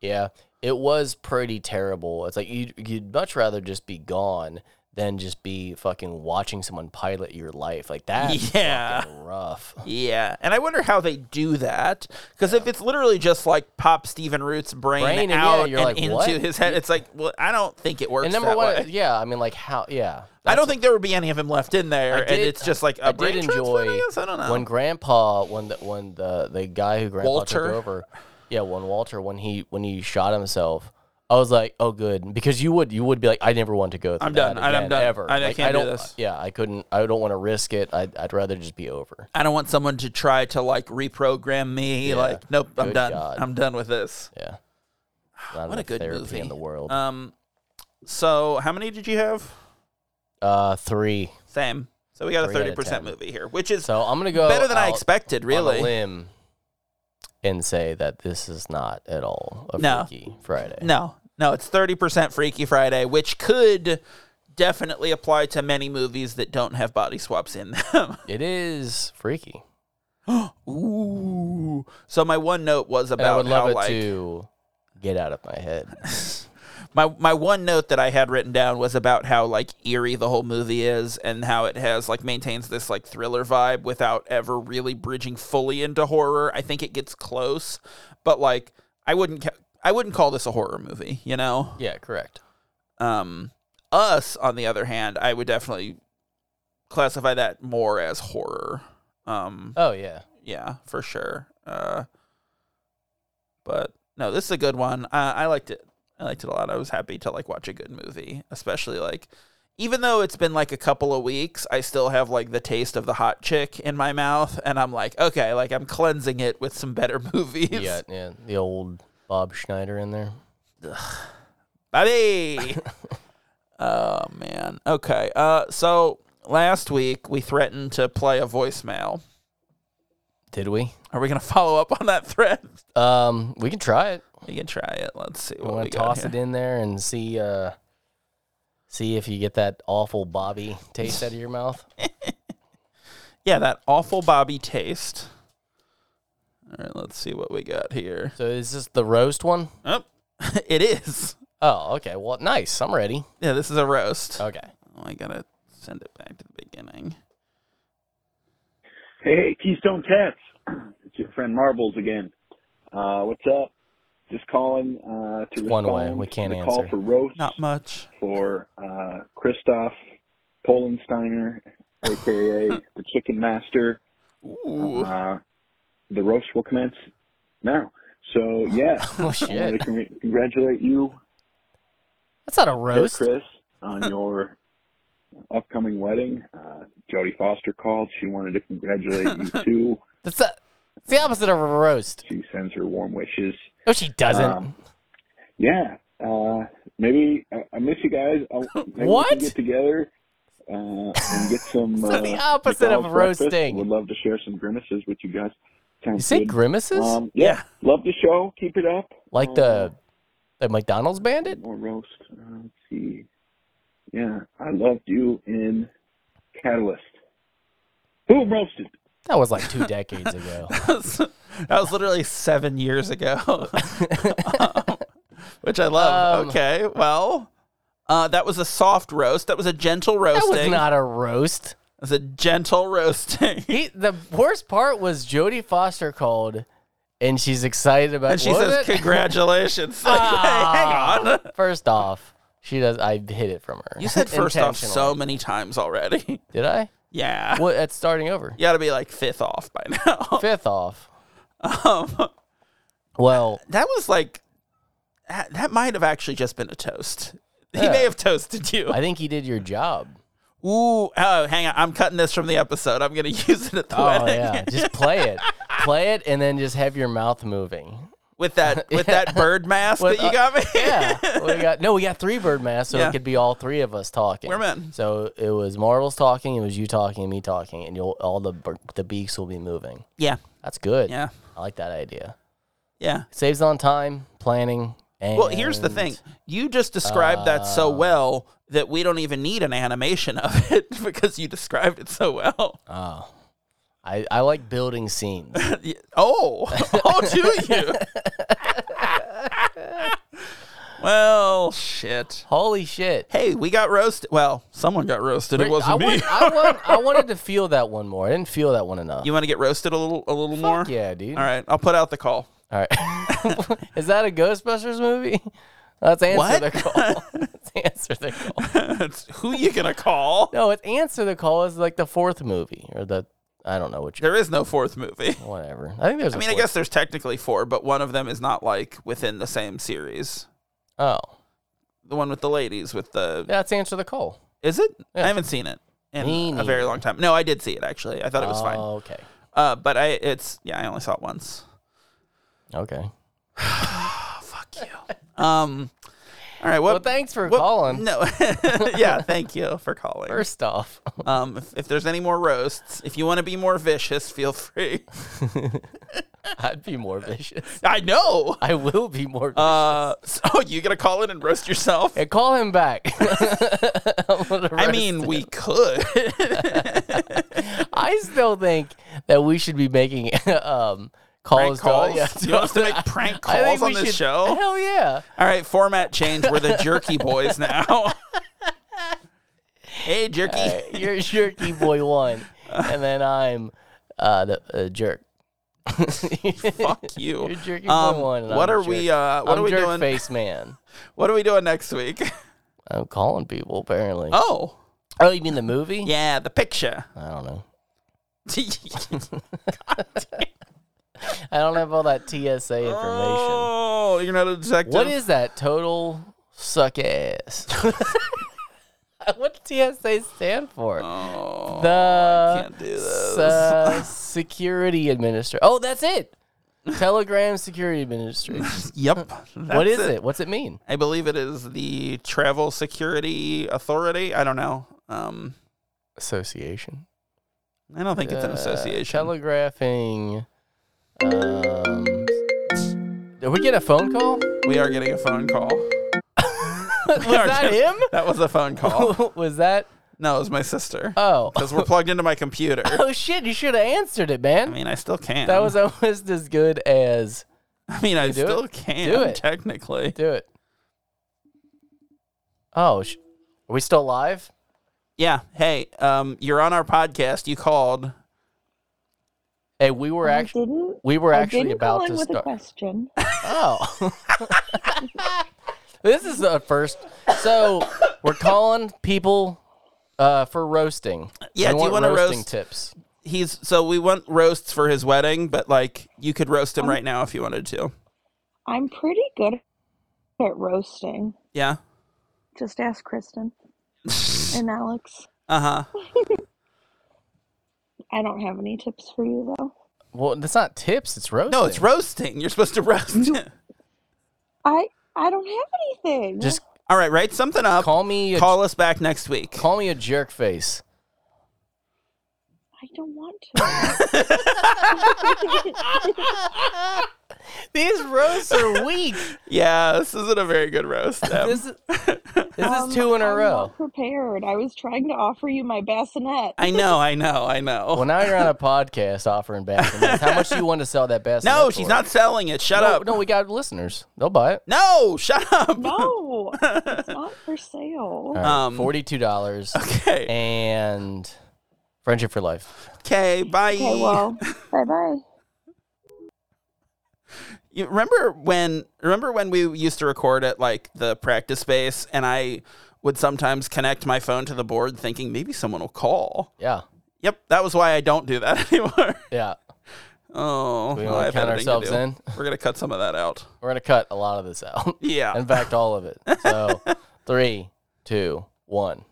[SPEAKER 2] Yeah, it was pretty terrible. It's like you'd, you'd much rather just be gone than just be fucking watching someone pilot your life. Like that's
[SPEAKER 1] Yeah.
[SPEAKER 2] fucking rough.
[SPEAKER 1] Yeah. And I wonder how they do that cuz if it's literally just like pop Stephen Root's brain,
[SPEAKER 2] Brain, and yeah,
[SPEAKER 1] out
[SPEAKER 2] you're
[SPEAKER 1] and
[SPEAKER 2] like,
[SPEAKER 1] into
[SPEAKER 2] what?
[SPEAKER 1] his head, it's like, well, I don't think it works
[SPEAKER 2] And number
[SPEAKER 1] that
[SPEAKER 2] one,
[SPEAKER 1] way.
[SPEAKER 2] yeah, I mean, like how, yeah.
[SPEAKER 1] I don't think there would be any of him left in there,
[SPEAKER 2] did-
[SPEAKER 1] and it's just like a
[SPEAKER 2] I
[SPEAKER 1] brain
[SPEAKER 2] did
[SPEAKER 1] transfer,
[SPEAKER 2] enjoy
[SPEAKER 1] I guess? I don't know.
[SPEAKER 2] when Grandpa, when the when the the guy who Grandpa
[SPEAKER 1] Walter.
[SPEAKER 2] took over, yeah, when Walter, when he when he shot himself. I was like, "Oh, good," because you would you would be like, "I never want to go through
[SPEAKER 1] I'm
[SPEAKER 2] that
[SPEAKER 1] done. I'm
[SPEAKER 2] again,
[SPEAKER 1] done.
[SPEAKER 2] ever."
[SPEAKER 1] I- I
[SPEAKER 2] Like,
[SPEAKER 1] can't do
[SPEAKER 2] don't,
[SPEAKER 1] this.
[SPEAKER 2] Yeah, I couldn't. I don't want to risk it. I'd, I'd rather just be over.
[SPEAKER 1] I don't want someone to try to like reprogram me. Like, nope, I'm
[SPEAKER 2] Good
[SPEAKER 1] done.
[SPEAKER 2] God.
[SPEAKER 1] I'm done with this.
[SPEAKER 2] Yeah.
[SPEAKER 1] What
[SPEAKER 2] Not
[SPEAKER 1] a
[SPEAKER 2] enough
[SPEAKER 1] good
[SPEAKER 2] therapy
[SPEAKER 1] movie
[SPEAKER 2] in the world.
[SPEAKER 1] Um, so how many did you have?
[SPEAKER 2] uh, three.
[SPEAKER 1] Same. So we got a
[SPEAKER 2] Three out
[SPEAKER 1] thirty
[SPEAKER 2] of
[SPEAKER 1] percent
[SPEAKER 2] 10.
[SPEAKER 1] movie here, which is
[SPEAKER 2] So I'm gonna go
[SPEAKER 1] better than I
[SPEAKER 2] out
[SPEAKER 1] expected.
[SPEAKER 2] on a
[SPEAKER 1] Really,
[SPEAKER 2] limb and say that this is not at all a
[SPEAKER 1] No.
[SPEAKER 2] Freaky Friday.
[SPEAKER 1] no, no, it's thirty percent Freaky Friday, which could definitely apply to many movies that don't have body swaps in them.
[SPEAKER 2] It is freaky.
[SPEAKER 1] Ooh. So my one note was
[SPEAKER 2] And I
[SPEAKER 1] about
[SPEAKER 2] would love
[SPEAKER 1] how
[SPEAKER 2] it
[SPEAKER 1] like
[SPEAKER 2] to get out of my head.
[SPEAKER 1] My my one note that I had written down was about how like eerie the whole movie is and how it has like maintains this like thriller vibe without ever really bridging fully into horror. I think it gets close, but like I wouldn't ca- I wouldn't call this a horror movie, you know.
[SPEAKER 2] yeah, correct.
[SPEAKER 1] Um Us on the other hand, I would definitely classify that more as horror. Um
[SPEAKER 2] Oh yeah.
[SPEAKER 1] yeah, for sure. Uh but no, this is a good one. Uh, I liked it. I liked it a lot. I was happy to like watch a good movie, especially like even though it's been like a couple of weeks, I still have like the taste of the hot chick in my mouth and I'm like, okay, like I'm cleansing it with some better movies.
[SPEAKER 2] Yeah, yeah. The old Bob Schneider in there.
[SPEAKER 1] Bobby. oh man. Okay. Uh so last week we threatened to play a voicemail.
[SPEAKER 2] Did we?
[SPEAKER 1] Are we going to follow up on that threat?
[SPEAKER 2] Um, we can try it.
[SPEAKER 1] We can try it. Let's see what
[SPEAKER 2] we
[SPEAKER 1] we
[SPEAKER 2] want to
[SPEAKER 1] got
[SPEAKER 2] toss
[SPEAKER 1] here.
[SPEAKER 2] it in there and see uh see if you get that awful Bobby taste out of your mouth.
[SPEAKER 1] Yeah, that awful Bobby taste. All right, let's see what we got here.
[SPEAKER 2] So is this the roast one?
[SPEAKER 1] Oh, it is.
[SPEAKER 2] Oh, okay. Well, nice. I'm ready.
[SPEAKER 1] Yeah, this is a roast.
[SPEAKER 2] Okay.
[SPEAKER 1] Oh, I gotta send it back to the beginning.
[SPEAKER 3] Hey, Keystone Cats. It's your friend Marbles again. Uh, what's up? Just calling uh, to
[SPEAKER 2] one way.
[SPEAKER 3] respond
[SPEAKER 2] We can't
[SPEAKER 3] to the call
[SPEAKER 2] answer.
[SPEAKER 3] for roasts
[SPEAKER 1] Not much.
[SPEAKER 3] for uh, Christoph Polensteiner, aka the Chicken Master.
[SPEAKER 1] Ooh.
[SPEAKER 3] Uh, the roast will commence now. So yeah,
[SPEAKER 2] Oh
[SPEAKER 3] I wanted
[SPEAKER 2] shit.
[SPEAKER 3] to con- congratulate you,
[SPEAKER 2] That's not a
[SPEAKER 3] Dear
[SPEAKER 2] roast.
[SPEAKER 3] Chris, on your upcoming wedding. Uh, Jodie Foster called. She wanted to congratulate you too.
[SPEAKER 2] That's a, it's the opposite of a roast.
[SPEAKER 3] She sends her warm wishes.
[SPEAKER 2] No, she doesn't.
[SPEAKER 3] Um, yeah, uh, maybe I, I miss you guys. I'll, maybe
[SPEAKER 2] What?
[SPEAKER 3] We can get together uh, and get some.
[SPEAKER 2] So the
[SPEAKER 3] uh,
[SPEAKER 2] opposite of
[SPEAKER 3] McDonald's breakfast.
[SPEAKER 2] roasting.
[SPEAKER 3] Would love to share some grimaces with you guys. Sounds
[SPEAKER 2] you say
[SPEAKER 3] good.
[SPEAKER 2] grimaces?
[SPEAKER 3] Um, yeah, love the show. Keep it up.
[SPEAKER 2] like the the McDonald's bandit?
[SPEAKER 3] or roast. Uh, let's see. Yeah, I loved you in Catalyst. Boom roasted.
[SPEAKER 2] That was like two decades ago.
[SPEAKER 1] that was literally seven years ago, Um, which I love.
[SPEAKER 2] Um,
[SPEAKER 1] okay, well, uh, that was a soft roast. That was a gentle
[SPEAKER 2] That
[SPEAKER 1] roasting.
[SPEAKER 2] was not a roast.
[SPEAKER 1] It was a gentle roasting.
[SPEAKER 2] He, the worst part was Jodie Foster called, and she's excited about.
[SPEAKER 1] and she
[SPEAKER 2] what was
[SPEAKER 1] says,
[SPEAKER 2] it?
[SPEAKER 1] "Congratulations!" Like, hey, hang on.
[SPEAKER 2] First off, she does. I hid it from her.
[SPEAKER 1] You said first off so
[SPEAKER 2] Intentionally.
[SPEAKER 1] many times already.
[SPEAKER 2] Did I?
[SPEAKER 1] Yeah.
[SPEAKER 2] What? That's starting over.
[SPEAKER 1] You got to be like fifth off by now.
[SPEAKER 2] Fifth off.
[SPEAKER 1] Um,
[SPEAKER 2] Well,
[SPEAKER 1] that was like, that, that might have actually just been a toast. He
[SPEAKER 2] Yeah.
[SPEAKER 1] may have toasted you.
[SPEAKER 2] I think he did your job.
[SPEAKER 1] Ooh, oh, hang on. I'm cutting this from the episode. I'm gonna use it at the
[SPEAKER 2] Oh
[SPEAKER 1] wedding
[SPEAKER 2] yeah, just play it, play it, and then just have your mouth moving.
[SPEAKER 1] with that with that bird mask
[SPEAKER 2] With,
[SPEAKER 1] that you
[SPEAKER 2] uh,
[SPEAKER 1] got me.
[SPEAKER 2] Yeah, we got no, we got three bird masks, so
[SPEAKER 1] Yeah.
[SPEAKER 2] it could be all three of us talking.
[SPEAKER 1] We're men.
[SPEAKER 2] So it was Marvel's talking, it was you talking, me talking, and you'll all the bir- the beaks will be moving.
[SPEAKER 1] yeah,
[SPEAKER 2] That's good.
[SPEAKER 1] yeah,
[SPEAKER 2] I like that idea.
[SPEAKER 1] yeah.
[SPEAKER 2] Saves on time, planning. And Uh.
[SPEAKER 1] Well, here's the thing. You just described that so well that we don't even need an animation of it because you described it so well.
[SPEAKER 2] Oh, I I like building scenes.
[SPEAKER 1] Y- Oh, oh, do you? well, shit.
[SPEAKER 2] Holy shit.
[SPEAKER 1] Hey, we got roasted. Well, someone got roasted. It
[SPEAKER 2] I,
[SPEAKER 1] wasn't me.
[SPEAKER 2] want, I, want, I wanted to feel that one more. I didn't feel that one enough.
[SPEAKER 1] you want to get roasted a little, a little more?
[SPEAKER 2] yeah, dude.
[SPEAKER 1] All right, I'll put out the call.
[SPEAKER 2] All right. Is that a Ghostbusters movie? Let's answer
[SPEAKER 1] What?
[SPEAKER 2] the call. Let's answer the call.
[SPEAKER 1] It's- Who you gonna call?
[SPEAKER 2] No, it's answer the call is like the fourth movie or the I don't know which.
[SPEAKER 1] There is no fourth movie.
[SPEAKER 2] Whatever. I think there's.
[SPEAKER 1] I mean, I guess there's technically four, but one of them is not like within the same series.
[SPEAKER 2] Oh,
[SPEAKER 1] The one with the ladies with the
[SPEAKER 2] yeah, it's answer the call.
[SPEAKER 1] is it?
[SPEAKER 2] Yeah.
[SPEAKER 1] I haven't seen it in
[SPEAKER 2] Me
[SPEAKER 1] a very
[SPEAKER 2] neither.
[SPEAKER 1] long time. No, I did see it actually. I thought it was
[SPEAKER 2] oh,
[SPEAKER 1] fine.
[SPEAKER 2] Okay.
[SPEAKER 1] Uh, but I it's yeah, I only saw it once.
[SPEAKER 2] Okay.
[SPEAKER 1] Um, Fuck you. um. All right. What?
[SPEAKER 2] Well, thanks for
[SPEAKER 1] what-
[SPEAKER 2] calling.
[SPEAKER 1] No. yeah. Thank you for calling.
[SPEAKER 2] First off,
[SPEAKER 1] Um. If, if there's any more roasts, if you want to be more vicious, feel free.
[SPEAKER 2] I'd be more vicious.
[SPEAKER 1] I know.
[SPEAKER 2] I will be more. vicious.
[SPEAKER 1] Uh. So you gonna call in and roast yourself?
[SPEAKER 2] Hey, call him back. I'm gonna
[SPEAKER 1] I
[SPEAKER 2] roast
[SPEAKER 1] mean, we could.
[SPEAKER 2] I still think that we should be making um,
[SPEAKER 1] prank
[SPEAKER 2] calls.
[SPEAKER 1] calls.
[SPEAKER 2] To, yeah,
[SPEAKER 1] Do you want us to make prank
[SPEAKER 2] I think
[SPEAKER 1] calls on
[SPEAKER 2] we
[SPEAKER 1] this
[SPEAKER 2] should-
[SPEAKER 1] show?
[SPEAKER 2] Hell yeah!
[SPEAKER 1] All right, format change. We're the Jerky Boys now. hey, Jerky.
[SPEAKER 2] You're jerky boy one, and then I'm uh, the uh, jerk.
[SPEAKER 1] Fuck you.
[SPEAKER 2] You're jerky
[SPEAKER 1] Um,
[SPEAKER 2] boy one. and
[SPEAKER 1] what
[SPEAKER 2] I'm
[SPEAKER 1] are we?
[SPEAKER 2] jerk-
[SPEAKER 1] Uh, what
[SPEAKER 2] I'm
[SPEAKER 1] are we
[SPEAKER 2] jerk
[SPEAKER 1] doing?
[SPEAKER 2] Face man.
[SPEAKER 1] What are we doing next week?
[SPEAKER 2] I'm calling people apparently. Oh,
[SPEAKER 1] Oh,
[SPEAKER 2] you mean the movie?
[SPEAKER 1] yeah, the picture.
[SPEAKER 2] I don't know.
[SPEAKER 1] information.
[SPEAKER 2] I don't have all that TSA information.
[SPEAKER 1] Oh, you're not a detective.
[SPEAKER 2] What is that? Total suck ass. what does TSA stand for?
[SPEAKER 1] Oh,
[SPEAKER 2] the
[SPEAKER 1] can't do this.
[SPEAKER 2] uh, security administrator. Oh, that's it. Telegram security administrator.
[SPEAKER 1] yep.
[SPEAKER 2] what
[SPEAKER 1] that's
[SPEAKER 2] is it? What's it mean?
[SPEAKER 1] I believe it is the Travel Security Authority. I don't know. Um,
[SPEAKER 2] Association.
[SPEAKER 1] I don't think it's an association.
[SPEAKER 2] Uh, Telegraphing. Um, did we get a phone call?
[SPEAKER 1] we are getting a phone call.
[SPEAKER 2] Was that him?
[SPEAKER 1] That was a phone call.
[SPEAKER 2] Was that?
[SPEAKER 1] no, it was my sister.
[SPEAKER 2] Oh.
[SPEAKER 1] Because we're plugged into my computer. I
[SPEAKER 2] Oh shit! You should have answered it, man.
[SPEAKER 1] mean, I still can.
[SPEAKER 2] that was almost as good as
[SPEAKER 1] I mean, I
[SPEAKER 2] do it?
[SPEAKER 1] still can.
[SPEAKER 2] Do it.
[SPEAKER 1] Technically.
[SPEAKER 2] do it. Oh, sh- are we still live?
[SPEAKER 1] Yeah. Hey, um, you're on our podcast. You called.
[SPEAKER 2] Hey, we were
[SPEAKER 4] I
[SPEAKER 2] actually
[SPEAKER 4] didn't-
[SPEAKER 2] we were
[SPEAKER 4] I
[SPEAKER 2] actually
[SPEAKER 4] didn't
[SPEAKER 2] about
[SPEAKER 4] go in
[SPEAKER 2] to
[SPEAKER 4] with a
[SPEAKER 2] start.
[SPEAKER 4] question.
[SPEAKER 2] Oh. this is the first. So we're calling people uh, for roasting.
[SPEAKER 1] Yeah,
[SPEAKER 2] We
[SPEAKER 1] do you
[SPEAKER 2] want
[SPEAKER 1] wanna
[SPEAKER 2] roasting
[SPEAKER 1] roast?
[SPEAKER 2] tips?
[SPEAKER 1] He's so we want roasts for his wedding, but like you could roast him right now if you wanted to.
[SPEAKER 4] I'm pretty good at roasting.
[SPEAKER 1] Yeah.
[SPEAKER 4] Just ask Kristen and Alex.
[SPEAKER 1] Uh huh.
[SPEAKER 4] I don't have any tips for you though.
[SPEAKER 2] Well, that's not tips. It's roasting.
[SPEAKER 1] No, it's roasting. You're supposed to roast. him.
[SPEAKER 4] I I don't have anything.
[SPEAKER 2] Just
[SPEAKER 1] All right, write something up.
[SPEAKER 2] call me. A, call,
[SPEAKER 1] Call us back next week.
[SPEAKER 2] me a jerk face.
[SPEAKER 4] I don't want to.
[SPEAKER 2] These roasts are weak.
[SPEAKER 1] Yeah, this isn't a very good roast. Em.
[SPEAKER 2] this is this
[SPEAKER 4] Um,
[SPEAKER 2] is two in a
[SPEAKER 4] I'm
[SPEAKER 2] row.
[SPEAKER 4] Not prepared. I was trying to offer you my bassinet.
[SPEAKER 1] I know, I know, I know.
[SPEAKER 2] Well, now you're on a podcast offering bassinets. How much do you want to sell that bassinet?
[SPEAKER 1] no, she's
[SPEAKER 2] for?
[SPEAKER 1] not selling it. Shut
[SPEAKER 2] No,
[SPEAKER 1] up.
[SPEAKER 2] no, we got listeners. They'll buy it.
[SPEAKER 1] No, shut up.
[SPEAKER 4] No, it's not for sale.
[SPEAKER 1] Um,
[SPEAKER 2] Forty-two dollars
[SPEAKER 1] Okay.
[SPEAKER 2] and friendship for life.
[SPEAKER 1] Okay, bye.
[SPEAKER 4] Okay, well, bye bye.
[SPEAKER 1] You remember when remember when we used to record at like the practice space and I would sometimes connect my phone to the board thinking maybe someone will call.
[SPEAKER 2] Yeah.
[SPEAKER 1] Yep, that was why I don't do that anymore.
[SPEAKER 2] Yeah.
[SPEAKER 1] Oh,
[SPEAKER 2] We
[SPEAKER 1] well,
[SPEAKER 2] wanna
[SPEAKER 1] I have
[SPEAKER 2] count
[SPEAKER 1] editing to
[SPEAKER 2] ourselves
[SPEAKER 1] do.
[SPEAKER 2] in?
[SPEAKER 1] We're gonna cut some of that out.
[SPEAKER 2] We're gonna cut a lot of this out.
[SPEAKER 1] Yeah.
[SPEAKER 2] In fact, all of it. So three, two, one.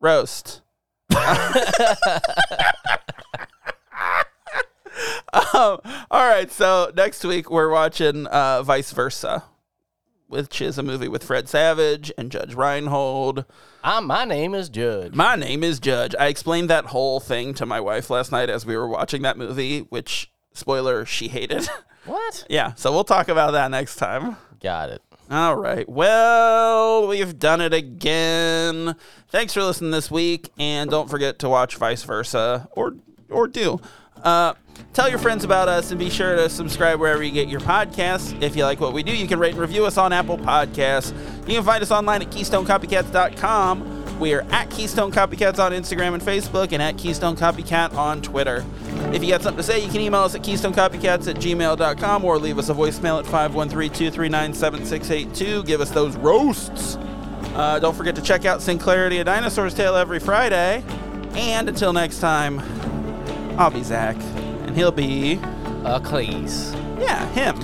[SPEAKER 1] Roast. Um, all right. So next week we're watching uh, Vice Versa, which is a movie with Fred Savage and Judge Reinhold.
[SPEAKER 2] I'm, Ah, my name is Judge.
[SPEAKER 1] My name is Judge. I explained that whole thing to my wife last night as we were watching that movie, which spoiler she hated.
[SPEAKER 2] What?
[SPEAKER 1] yeah. So we'll talk about that next time.
[SPEAKER 2] Got it.
[SPEAKER 1] All right. Well, we've done it again. Thanks for listening this week, and don't forget to watch Vice Versa, or or do. Uh, tell your friends about us, and be sure to subscribe wherever you get your podcasts. If you like what we do, you can rate and review us on Apple Podcasts. You can find us online at KeystoneCopycats.com. We are at Keystone Copycats on Instagram and Facebook, and at Keystone Copycat on Twitter. If you got something to say, you can email us at keystonecopycats at gmail.com or leave us a voicemail at 513-239-7682. Give us those roasts. Uh, don't forget to check out Sinclarity, A Dinosaur's Tale every Friday. And until next time, I'll be Zach, and he'll be,
[SPEAKER 2] Achilles.
[SPEAKER 1] yeah, him.